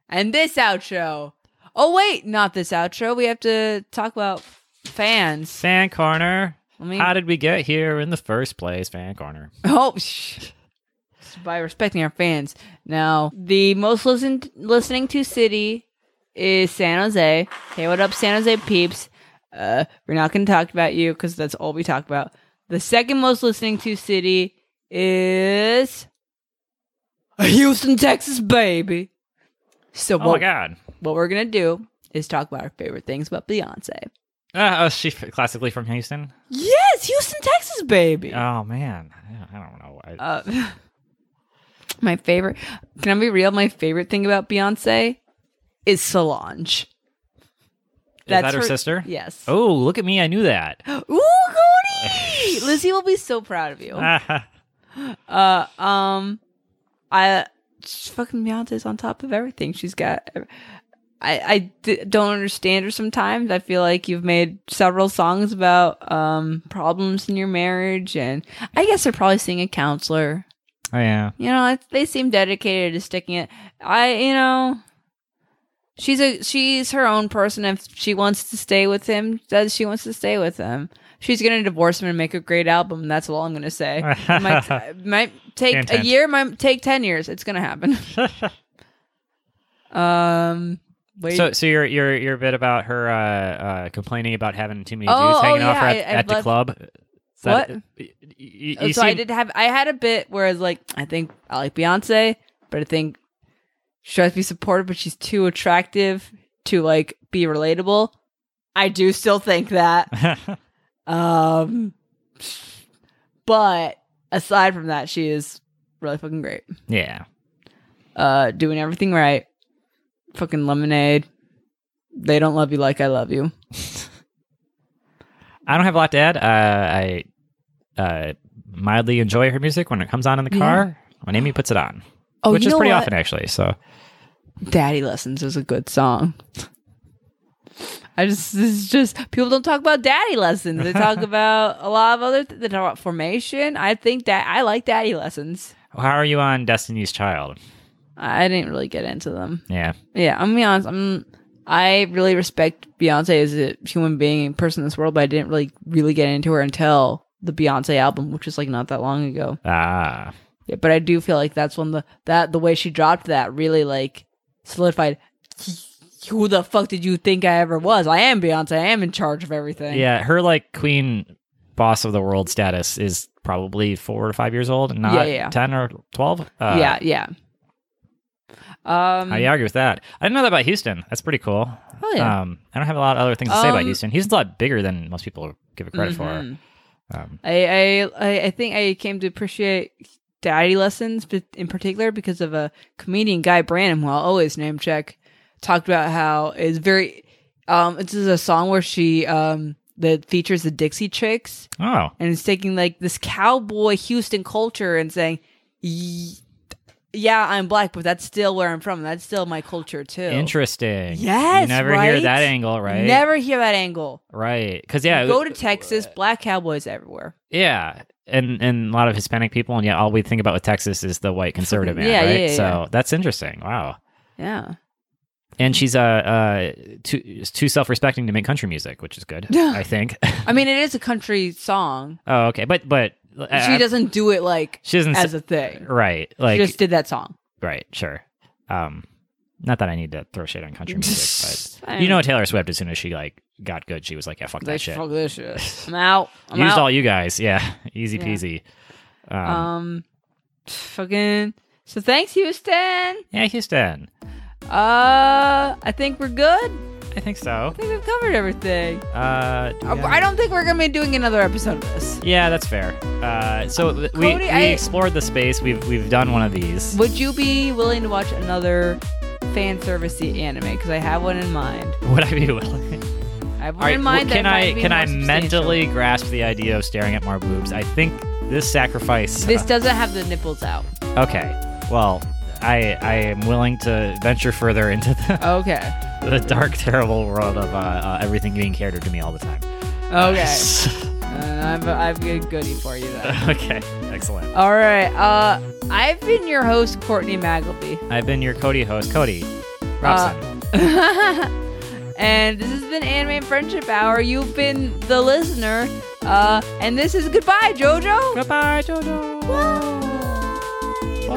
A: and this outro. Oh wait, not this outro. We have to talk about fans.
B: Fan corner.
A: Let me.
B: How did we get here in the first place? Fan corner.
A: oh. Sh- by respecting our fans. Now, the most listened listening to city is San Jose. Hey, what up, San Jose peeps? Uh, we're not going to talk about you because that's all we talk about. The second most listening to city is Houston, Texas, baby. So
B: Oh my
A: what,
B: Oh god.
A: Oh what we're going to do is talk about our favorite things about Beyonce.
B: Uh, oh, she f- classically from Houston.
A: Yes, Houston, Texas, baby.
B: Oh man, I- I don't know. I,
A: Uh, my favorite. Can I be real? My favorite thing about Beyonce is Solange.
B: is that her,
A: her- Oh,
B: sister?
A: Yes.
B: Oh, look at me! I knew that.
A: Ooh, Cody! Lizzie will be so proud of you.
B: Ah. Oh,
A: Uh, um, I just fucking Beyonce's on top of everything. She's got. I I d- don't understand her sometimes. I feel like you've made several songs about um problems in your marriage, and I guess they're probably seeing a counselor.
B: oh yeah.
A: You know, it- they seem dedicated to sticking it. I, you know, she's a she's her own person. If she wants to stay with him, does she wants to stay with him? She's gonna divorce him and make a great album. That's all I'm gonna say. It might, it might take
B: Intent.
A: a year. Might take ten years. It's gonna happen. um, wait.
B: so, so your your your bit about her uh, uh, complaining about having too many
A: Oh,
B: dudes
A: oh,
B: hanging off her
A: yeah,
B: at,
A: I- I
B: at the
A: left-
B: club. Is that-
A: What?
B: y- y- you
A: Oh, so I
B: seem-
A: did have I had a bit where I was like, I think I like Beyonce, but I think she tries to be supportive, but she's too attractive to like be relatable. I do still think that. Um but aside from that, she is really fucking great.
B: yeah.
A: Uh doing everything right. Fucking lemonade. They don't love you like I love you.
B: I don't have a lot to add. Uh, I uh, mildly enjoy her music when it comes on in the
A: Yeah.
B: car when Amy puts it on,
A: Oh,
B: which
A: you
B: is
A: know
B: pretty
A: what?
B: often actually. So
A: Daddy Lessons is a good song. I just this is just people don't talk about daddy lessons. They talk about a lot of other th- they talk about formation. I think that I like daddy lessons.
B: how are you on Destiny's Child?
A: I I didn't really get into them.
B: Yeah.
A: Yeah, I'm gonna be honest. I'm I really respect Beyonce as a human being and person in this world, but I didn't really really get into her until the Beyonce album, which is like not that long ago.
B: Ah.
A: Yeah, but I do feel like that's when the that the way she dropped that really like solidified. Who the fuck did you think I ever was? I am Beyonce. I am in charge of everything.
B: Yeah, her like queen boss of the world status is probably four to five years old, not
A: Yeah, yeah.
B: ten or twelve. Uh,
A: yeah, yeah. Um,
B: I argue with that. I didn't know that about Houston. That's pretty cool.
A: Oh, yeah.
B: Um, I don't have a lot of other things to say about
A: Um,
B: Houston. Houston's a lot bigger than most people give it credit
A: mhm.
B: for. Um,
A: I, I I I think I came to appreciate daddy lessons but in particular because of a comedian Guy Branum, who I'll always name check, talked about how is very. Um, this is a song where she um that features the Dixie Chicks.
B: oh,
A: and it's taking like this cowboy Houston culture and saying, "Y- "Yeah, I'm black, but that's still where I'm from. That's still my culture too."
B: interesting.
A: Yes,
B: you never hear
A: right?
B: that angle, right?
A: Never hear that angle.
B: right? Because yeah,
A: Go to Texas, black cowboys everywhere.
B: yeah, and and a lot of Hispanic people, and yet all we think about with Texas is the white conservative man,
A: Yeah, yeah,
B: right?
A: yeah.
B: so that's interesting. Wow.
A: Yeah,
B: and she's uh, uh too too self respecting to make country music, which is good, I think.
A: I mean, it is a country song.
B: oh, okay, but but uh,
A: She doesn't do it like
B: She doesn't
A: as
B: s-
A: a thing.
B: right, like
A: she just did that song.
B: right, sure. Um, not that I need to throw shade on country music,
A: I
B: but you know
A: mean-
B: Taylor Swift. As soon as she like got good, she was like, yeah, fuck that
A: Like,
B: shit.
A: fuck this shit. I'm out. I'm
B: Used
A: out.
B: all you guys, yeah, easy
A: Yeah.
B: peasy. Um,
A: um, fucking. So thanks, Houston.
B: yeah, Houston,
A: Uh, I think we're good.
B: I think so.
A: I think we've covered everything.
B: Uh,
A: Uh,
B: yeah.
A: I don't think we're gonna be doing another episode of this.
B: Yeah, that's fair. Uh, so th- we,
A: Cody,
B: we
A: I-
B: explored the space. We've we've done one of these.
A: Would you be willing to watch another fan servicey anime? Because I have one in mind.
B: Would I be willing?
A: I have one
B: All right,
A: in mind.
B: well, can
A: that
B: I
A: might be
B: can
A: more
B: I
A: substantial.
B: mentally grasp the idea of staring at more boobs? I think this sacrifice. uh,
A: This doesn't have the nipples out.
B: okay, well, I I am willing to venture further into the,
A: Okay.
B: the dark, terrible world of uh, uh, everything being catered to me all the time.
A: Okay. Uh, I've I've got a goodie for you then.
B: okay, excellent.
A: All right. Uh, I've been your host, Courtney Magleby,
B: I've been your Cody host, Cody Robson.
A: Uh, and this has been Anime Friendship Hour. You've been the listener. Uh, and this is goodbye, JoJo.
B: Goodbye, JoJo. Boy